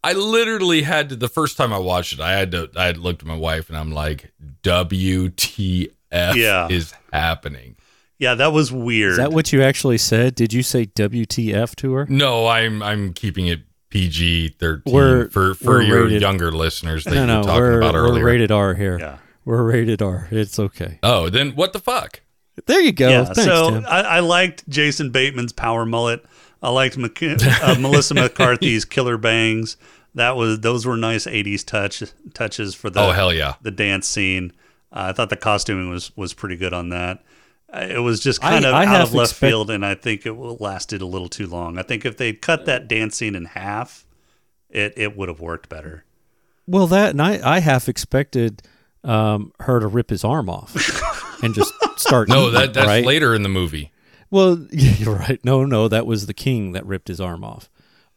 I literally had to the first time I watched it, I had to I had looked at my wife and I'm like, WTF Yeah. is happening? Yeah, that was weird. is that what you actually said did you say wtf to her No, I'm I'm keeping it PG 13 We're- for for we're your rated- younger listeners that no you were no talking we're, about we're earlier. rated r here Yeah. we're rated r it's okay oh, then what the fuck? there you go yeah, thanks so Tim. I, I liked Jason Bateman's power mullet. I liked McC- uh, (laughs) Melissa McCarthy's killer bangs. That was those were nice '80s touch touches for the Oh, hell yeah. the dance scene. Uh, I thought the costuming was was pretty good on that. Uh, It was just I- kind of I out half of left expect- field, and I think it w- lasted a little too long. I think if they'd cut that dance scene in half, it it would have worked better. well that and i i half expected um her to rip his arm (laughs) off and just start eating No, it, that that's right? later in the movie. Well, (laughs) you're right. No, no, that was the king that ripped his arm off.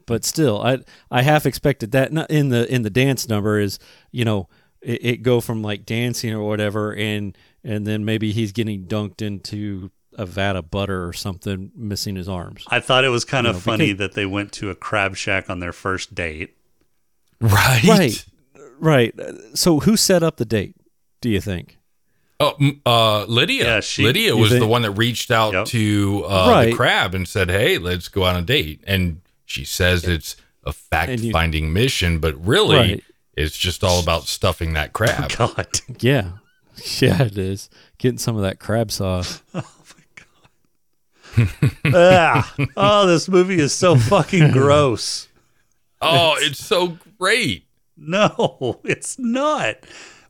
But still, I I half expected that Not in the in the dance number is you know it, it go from like dancing or whatever, and and then maybe he's getting dunked into a vat of butter or something, missing his arms. I thought it was kind of No, funny because- that they went to a crab shack on their first date. (laughs) Right. Right, right. So who set up the date? Do you think? Oh, m- uh, Lydia. Yeah, she- Lydia You was the think- one that reached out Yep. to uh, the Right. crab and said, "Hey, let's go on a date." And she says it's a And you- fact-finding mission, but really, Right. it's just all about stuffing that crab. (laughs) God. Yeah, yeah, it is getting some of that crab sauce. (laughs) Oh, Ugh. oh, this movie is so fucking gross. oh, it's so great. No, it's not.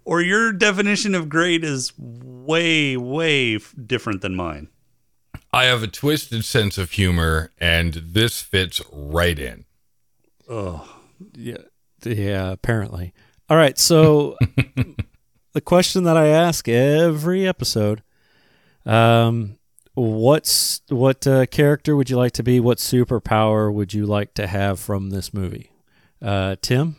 Or your definition of great is way, way f- different than mine. I have a twisted sense of humor, and this fits right in. Yeah, yeah. Apparently. All right. (laughs) So the question that I ask every episode: um, What's what uh, character would you like to be? What superpower would you like to have from this movie? Uh, Tim,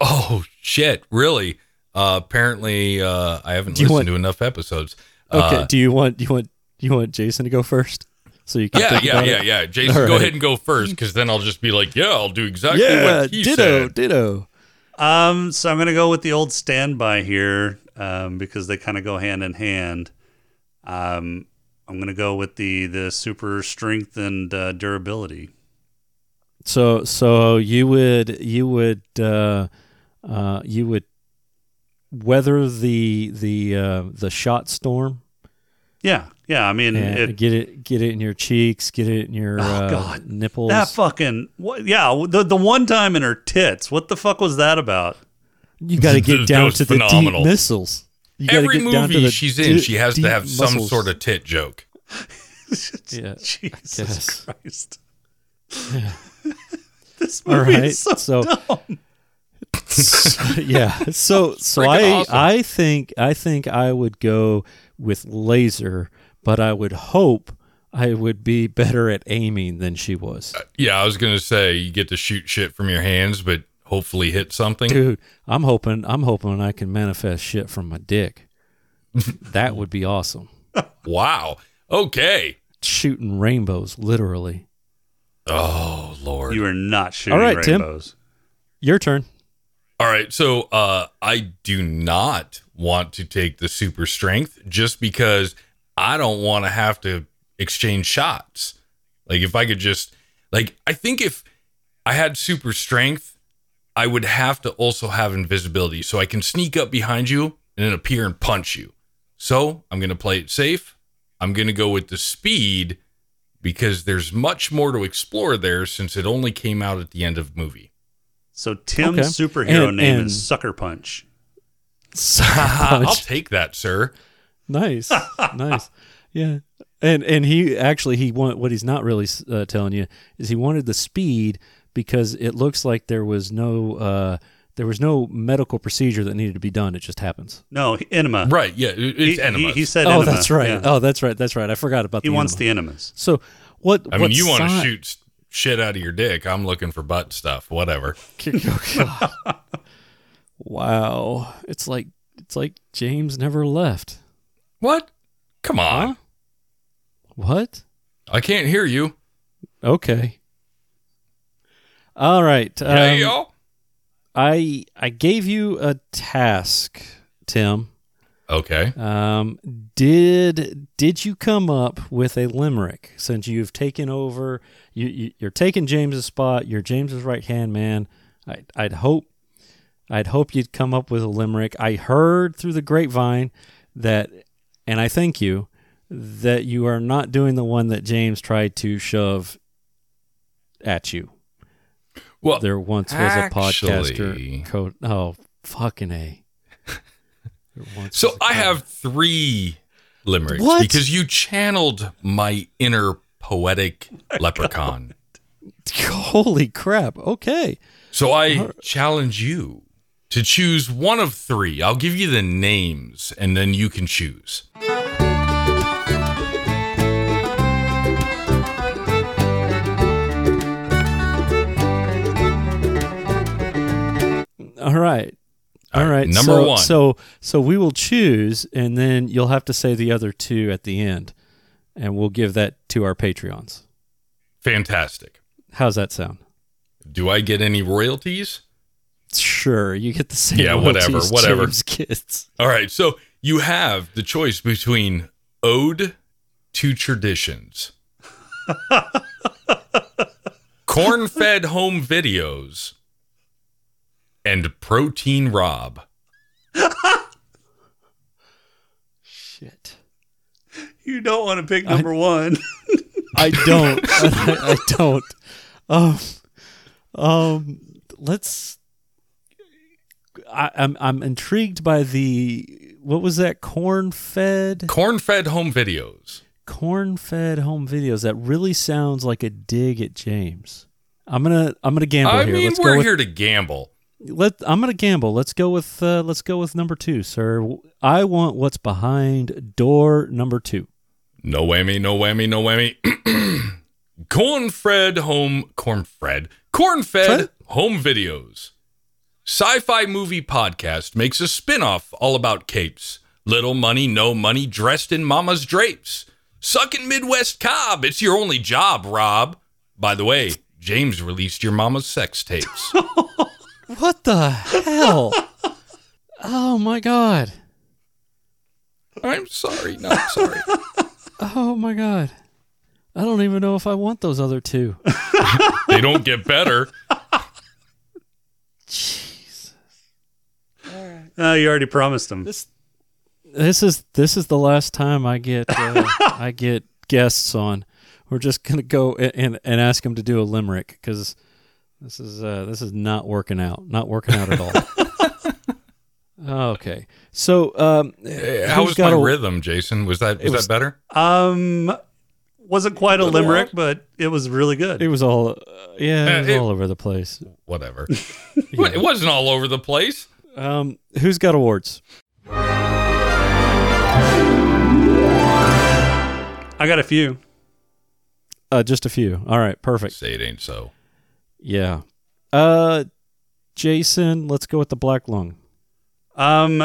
Oh shit! Really? Uh, apparently, uh, I haven't Do you listened want- to enough episodes. okay. Uh, do you want do you want do you want Jason to go first? So you can yeah, think yeah, about yeah, it? yeah. Jason, All go right. ahead and go first, because then I'll just be like, "Yeah, I'll do exactly yeah. what he Ditto, said." ditto. Um, so I'm gonna go with the old standby here, um, because they kind of go hand in hand. Um, I'm gonna go with the the super strength and uh, durability. So so you would you would uh, uh, you would weather the the uh, the shot storm Yeah, yeah. I Mm, mean, and it, get it get it in your cheeks, get it in your Oh, uh, God. nipples. that fucking what? Yeah, the the one time in her tits. What the fuck was that about? (laughs) you got (laughs) to That get down was to the phenomenal. deep missiles. You gotta Every get down to movie the she's in, di- she has to deep have some muscles. sort of tit joke. Yeah, I Jesus guess. Christ. (laughs) this All movie right, is so, so- dumb. (laughs) yeah. (laughs) So so Freaking I awesome. I think I think I would go with laser, but I would hope I would be better at aiming than she was. Yeah, I was gonna say you get to shoot shit from your hands, but hopefully hit something. Dude, I'm hoping I'm hoping I can manifest shit from my dick. that would be awesome. Wow. Okay. Shooting rainbows, literally. Oh lord. You are not shooting All right, Tim. rainbows. Your (laughs) turn. All right, so uh, I do not want to take the super strength just because I don't want to have to exchange shots. Like if I could just like I think if I had super strength, I would have to also have invisibility so I can sneak up behind you and then appear and punch you. So I'm gonna play it safe. I'm gonna go with the speed because there's much more to explore there since it only came out at the end of movie. So Tim's Okay. superhero And- name and- is Sucker Punch. I'll take that, sir. nice, nice, yeah. And and he actually he want what he's not really uh, telling you is he wanted the speed because it looks like there was no uh, there was no medical procedure that needed to be done. It just happens. No, (laughs) enema. Right. Yeah. it- He, It's he, enemas. he said. oh, enema. that's right. Yeah. Oh, that's right. That's right. I forgot about he the wants enema. the enemas. So what? I mean, what you want to sign- (laughs) shoot s- shit out of your dick. I'm looking for butt stuff. Whatever. Wow, it's like it's like James never left. What? Come on. Huh? What? I can't hear you. Okay. All right. um, hey, y'all. I I gave you a task, Tim. Okay. Um, did did you come up with a limerick since you've taken over? You, you you're taking James's spot. You're James's right hand man. I, I'd hope I'd hope you'd come up with a limerick. I heard through the grapevine that, and I thank you that you are not doing the one that James tried to shove at you. Well, There once was a podcaster. actually- Co- oh, fucking a. (laughs) There once So was a I co- have three limericks What? because you channeled my inner poetic (laughs) leprechaun. Holy crap! Okay. So I challenge you to choose one of three. I'll give you the names and then you can choose. All right. All right. number so, one. So so we will choose, and then you'll have to say the other two at the end, and we'll give that to our Patreons. Fantastic. How's that sound? Do I get any royalties? Sure, you get the same. Yeah, whatever, royalties whatever. James (laughs) gets. All right, so you have the choice between Ode (laughs) to Traditions, Corn Fed Home Videos, and Protein Rob. Shit. You don't want to pick number one. (laughs) I don't. (laughs) I, I don't. Um, um, let's. I, I'm I'm intrigued by the what was that corn fed Corn Fed Home Videos. corn fed home videos. That really sounds like a dig at James. I'm gonna I'm gonna gamble I here. mean, let's go we're with, here to gamble. Let I'm gonna gamble. Let's go with uh, let's go with number two, sir. I want what's behind door number two. No whammy, no whammy, no whammy. (clears throat) Corn Fed Home, Corn Fred, Corn Fed Fred? Home Videos. Sci-fi movie podcast makes a spin-off all about capes. Little money, no money, dressed in mama's drapes. Sucking Midwest cob, it's your only job, Rob. By the way, James released your mama's (laughs) sex tapes. What the hell? (laughs) oh my god. I'm sorry, no, I'm sorry. Oh my god. I don't even know if I want those other two. They don't get better. No, Ah, you already promised him. This this is this is the last time I get (laughs) uh, I get guests on. We're just gonna go a- and and ask them to do a limerick because this is uh, this is not working out. Not working out at (laughs) all. okay, so um, How who's was my got a- rhythm, Jason? Was that was, was- that better? Um, wasn't quite a limerick, but it was really good. It was all uh, yeah, Uh, it was it- all over the place. Whatever. It wasn't all over the place. Um, who's got awards? I got a few. Uh, just a few. All right, perfect. Say it ain't so. Yeah. Uh, Jason, let's go with the black lung. Um,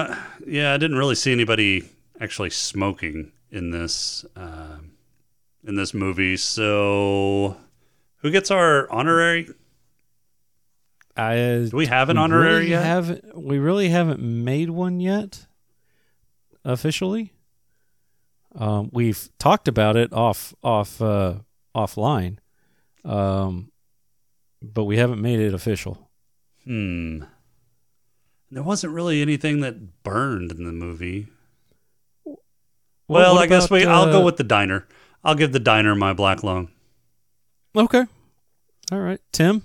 yeah, I didn't really see anybody actually smoking in this uh, in this movie. So, who gets our honorary? I Do we have an honorary really yet? Haven't, we really haven't made one yet officially. Um, we've talked about it off off uh, offline, um, but we haven't made it official. Hmm. There wasn't really anything that burned in the movie. What- well, what I guess about, we. I'll go uh, with the diner. I'll give the diner my black lung. okay. All right, Tim.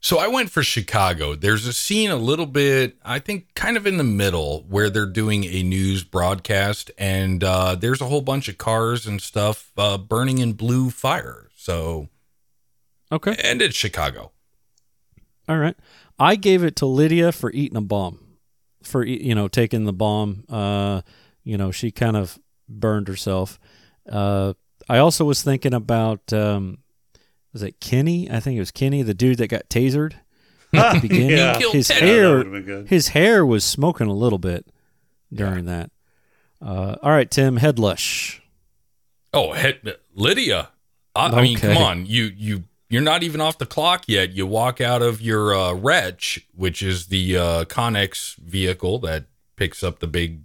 So I went for Chicago. There's a scene a little bit, I think, kind of in the middle where they're doing a news broadcast, and uh, there's a whole bunch of cars and stuff uh, burning in blue fire. So, Okay. and it's Chicago. All right. I gave it to Lydia for eating a bomb, for e- you know taking the bomb. Uh, you know she kind of burned herself. Uh, I also was thinking about um, was it Kenny? I think it was Kenny, the dude that got tasered at the beginning. Yeah. Killed His Ted. That hair, would've been good. his hair was smoking a little bit during that. Uh, all right, Tim, headlush. Oh, he- Lydia. I, I mean, come Okay. on. You you you're not even off the clock yet. You walk out of your uh, wretch, which is the uh, Connex vehicle that picks up the big.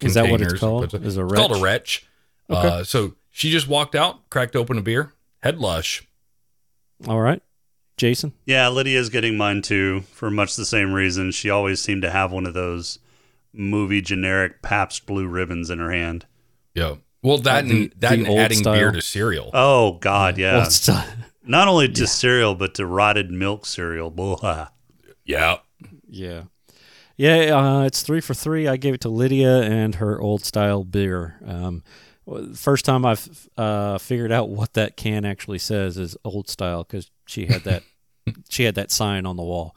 Is that what it's containers and called? puts it- Is a it's called a wretch? wretch. Uh, so she just walked out, cracked open a beer, head lush. All right, Jason. Yeah, Lydia's getting mine too for much the same reason. She always seemed to have one of those movie generic Pabst Blue ribbons in her hand. Yeah. Well, that Uh, the- and that the and old adding beer style. to cereal. Oh God, yeah. What's the- Not only to cereal, but to rotted milk cereal. Blah. yeah. Yeah. Yeah, uh, it's three for three. I gave it to Lydia and her old style beer. Um, w- first time I've uh, figured out what that can actually says is old style because she had (laughs) that she had that sign on the wall,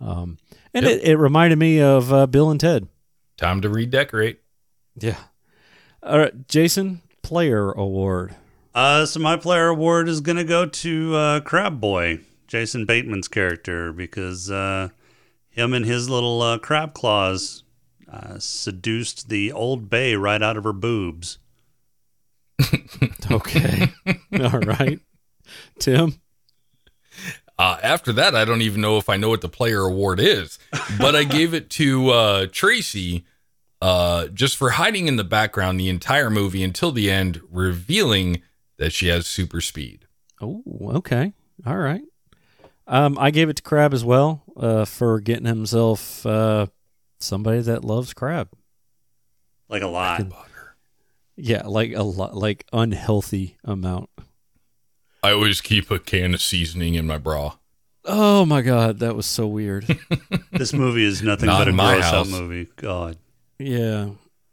um, and Yep. it, it reminded me of uh, Bill and Ted. Time to redecorate. Yeah. All right, Jason Player Award. Uh, so my player award is gonna go to uh, Crab Boy, Jason Bateman's character, because uh, him and his little uh, crab claws uh, seduced the old bay right out of her boobs. Okay. (laughs) All right, Tim. Uh, after that, I don't even know if I know what the player award (laughs) is, but I gave it to uh, Tracy uh, just for hiding in the background the entire movie until the end, revealing that she has super speed. Oh, okay. All right. Um, I gave it to Crab as well uh, for getting himself uh, somebody that loves crab. Like a lot. Yeah, like a lot, like unhealthy amount. I always keep a can of seasoning in my bra. Oh my god, that was so weird. This movie is nothing Not but a in my gross out house. movie. God. yeah.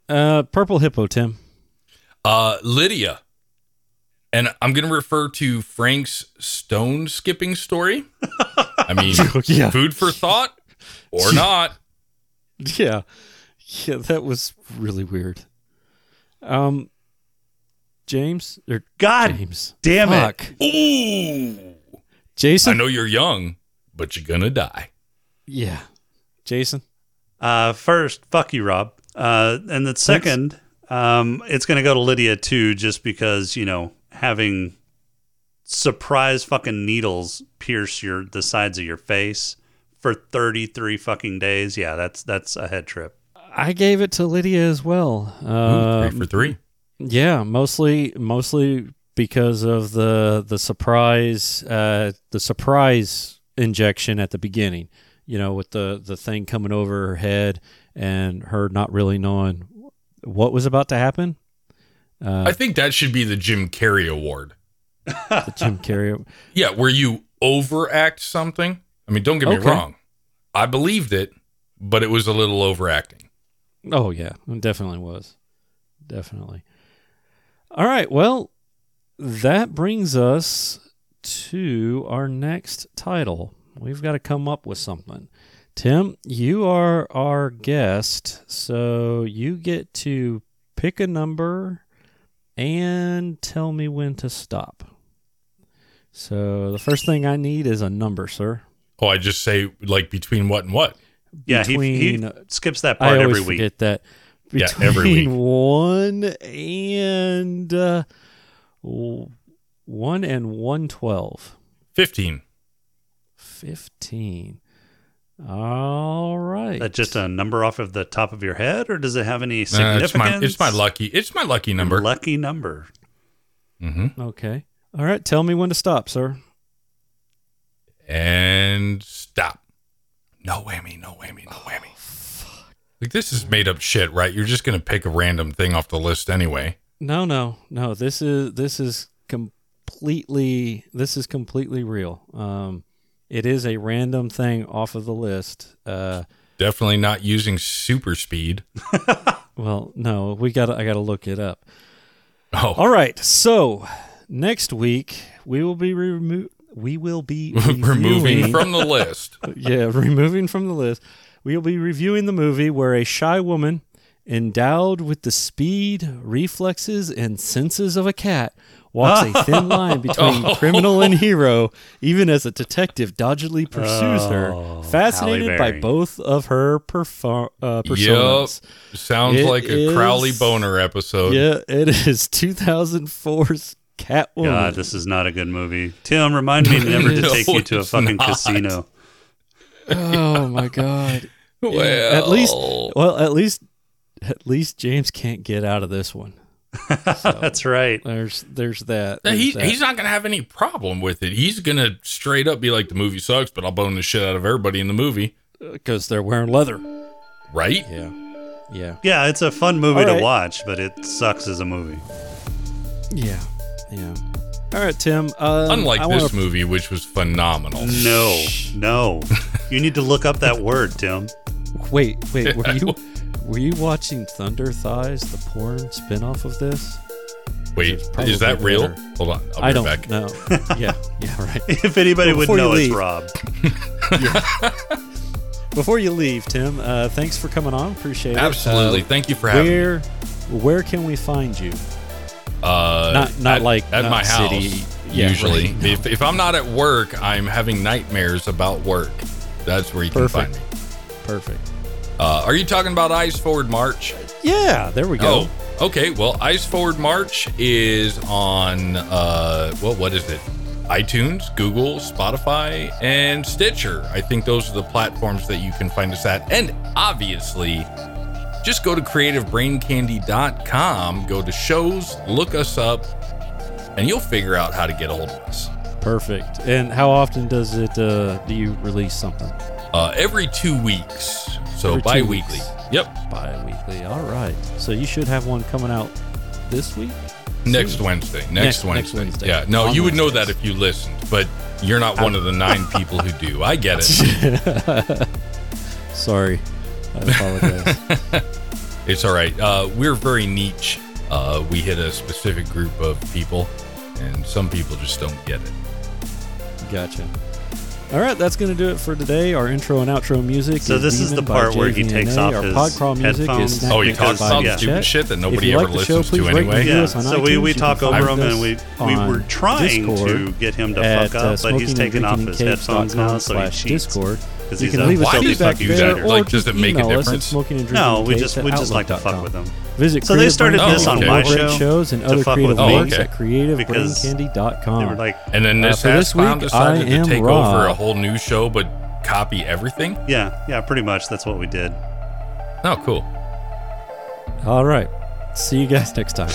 Uh, purple hippo, Tim. Uh, Lydia, and I'm going to refer to Frank's stone skipping (laughs) story. I mean, yeah, food for thought or not. yeah, yeah. That was really weird. Um, James or God James? damn it. Fuck. Ooh. I Jason. know you're young, but you're going to die. Yeah, Jason. Uh, first, fuck you, Rob. Uh, and then second, um, it's going to go to Lydia too, just because you know having surprise fucking needles pierce your the sides of your face for thirty three fucking days. Yeah, that's that's a head trip. I gave it to Lydia as well. Ooh, Uh, three for three. Yeah, mostly mostly because of the the surprise uh, the surprise injection at the beginning. You know, with the the thing coming over her head and her not really knowing what was about to happen. I think that should be the Jim Carrey award. The (laughs) Jim Carrey. Yeah, where you overact something. I mean, don't get me Okay. wrong. I believed it, but it was a little overacting. Oh yeah, it definitely was, definitely. All right, well, that brings us to our next title. We've got to come up with something. Tim, you are our guest, so you get to pick a number and tell me when to stop. So the first thing I need is a number, sir. Oh, I just say like between what and what. Yeah, he, he Between- skips that I part always every week. forget that. Yeah, every week. Between (laughs) one and uh, w- one and one twelve. Fifteen. 15. All right. That Uh, just a number off of the top of your head, or does it have any Uh, significance? it's my it's my lucky it's my lucky number. Lucky number. hmm okay. All right. Tell me when to stop, sir. And stop. No whammy. No whammy. No whammy. Like this is made up shit, right? You're just gonna pick a random thing off the list anyway. No, no, no. This is this is completely this is completely real. Um, it is a random thing off of the list. Uh, Definitely not using super speed. well, no, we got to I got to look it up. Oh, (laughs) All right. So next week we will be remo- we will be (laughs) removing reviewing- from the list. (laughs) yeah, removing from the list. We'll be reviewing the movie where a shy woman, endowed with the speed, reflexes, and senses of a cat, walks a (laughs) thin line between Oh. criminal and hero, even as a detective doggedly pursues her, Oh, fascinated by Berry. both of her perfo- uh, Yep. personas. Sounds It like a is- Crowley boner episode. Yeah, it is 2004's Catwoman. God, this is not a good movie. Tim, (laughs) remind me never to No, take you to a it's fucking not. casino. oh my (laughs) god. Yeah, Well, at least well, at least at least James can't get out of this one. Oh. That's right. There's there's that. Now, There's He, that. he's not going to have any problem with it. He's going to straight up be like, the movie sucks, but I'll bone the shit out of everybody in the movie. because they're wearing leather. Right? Yeah. Yeah. Yeah, it's a fun movie All to right. watch, but it sucks as a movie. Yeah. Yeah. All right, Tim. Um, Unlike I this (laughs) wanna- movie, which was phenomenal. No, no. You need to look up that word, Tim. (laughs) Wait, wait. Were (laughs) you were you watching Thunder Thighs, the porn spin-off of this? Wait, It's probably is that real? better. Hold on. I'll be I don't back. know. (laughs) yeah. Yeah. Right. If anybody Well, would before you know, it's leave. Rob. Before you leave, Tim, uh, thanks for coming on. Appreciate Absolutely. it. Uh, Thank you for having me. where where can we find you? Uh, Not- not at, like- at not my house. city. Yeah, usually, right. if, if I'm not at work, I'm having nightmares about work. That's where you can find Perfect. me. Perfect. Uh, are you talking about Eyes Forward March? Yeah. There we go. Oh, okay. Well, Ice Forward March is on uh well, what is it? iTunes, Google, Spotify, and Stitcher. I think those are the platforms that you can find us at. And obviously, just go to creativebraincandy.com, go to shows, look us up, and you'll figure out how to get a hold of us. Perfect. And how often does it? Uh, do you release something? Uh, every two weeks. So Every two bi weekly. weeks. Yep. bi-weekly all right so you should have one coming out this week Next Soon. Wednesday. Next, Next- next Wednesday. Wednesday. Yeah. No, On you would know that Wednesdays. if you listened, but you're not one of the nine people who do. I get (laughs) it. sorry i apologize It's all right. Uh, we're very niche. Uh, we hit a specific group of people, and some people just don't get it. gotcha all right that's going to do it for today our intro and outro music So is this is the Demon by part where he JVNA. takes off our his podcrawl music headphones. is Oh, he Because- talks about yeah. stupid shit that nobody if you ever like the show, listens please to rate and anyway. review Yeah, us on so iTunes. we- we You can talk over find him, us and we- we on were trying Discord to get him to at, fuck up, uh, but he's smokinganddrinkingincapes.com taken off his headphones now, so he slash cheats. Discord. 'Cause You he's a can leave us Why do you feedback fucking do there, that? or Like, does just it make a email us at difference? smokinganddrinkingape No, we at just we just like to outlook.com. fuck with them. Visit So they started creativebraincandy this on to my collaborate show shows and to other fuck creative with me. works Okay. at creativebraincandy.com. They were like, And then Uh, this for ass this clown week, I decided am to take Rob. over a whole new show, but copy everything. yeah, yeah, pretty much. That's what we did. Oh, cool. All right. See you guys next (laughs) time.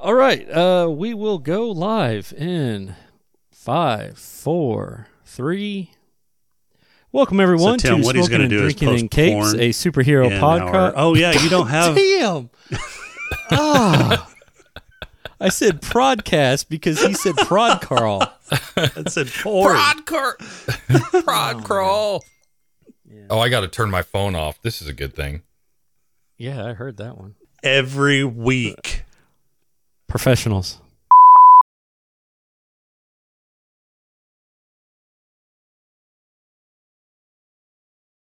All right. Uh, we will go live in five, four, three. Welcome everyone Tim, to what he's Smoking gonna and do is Drinking post in Capes, porn a superhero in podcast. our- oh yeah, (laughs) you don't have. Damn. Ah. I said prodcast because he said prod Carl. It said porn. (laughs) Prod, cur- prod crawl. Oh, I got to turn my phone off. This is a good thing. Yeah, I heard that one. every week. Professionals.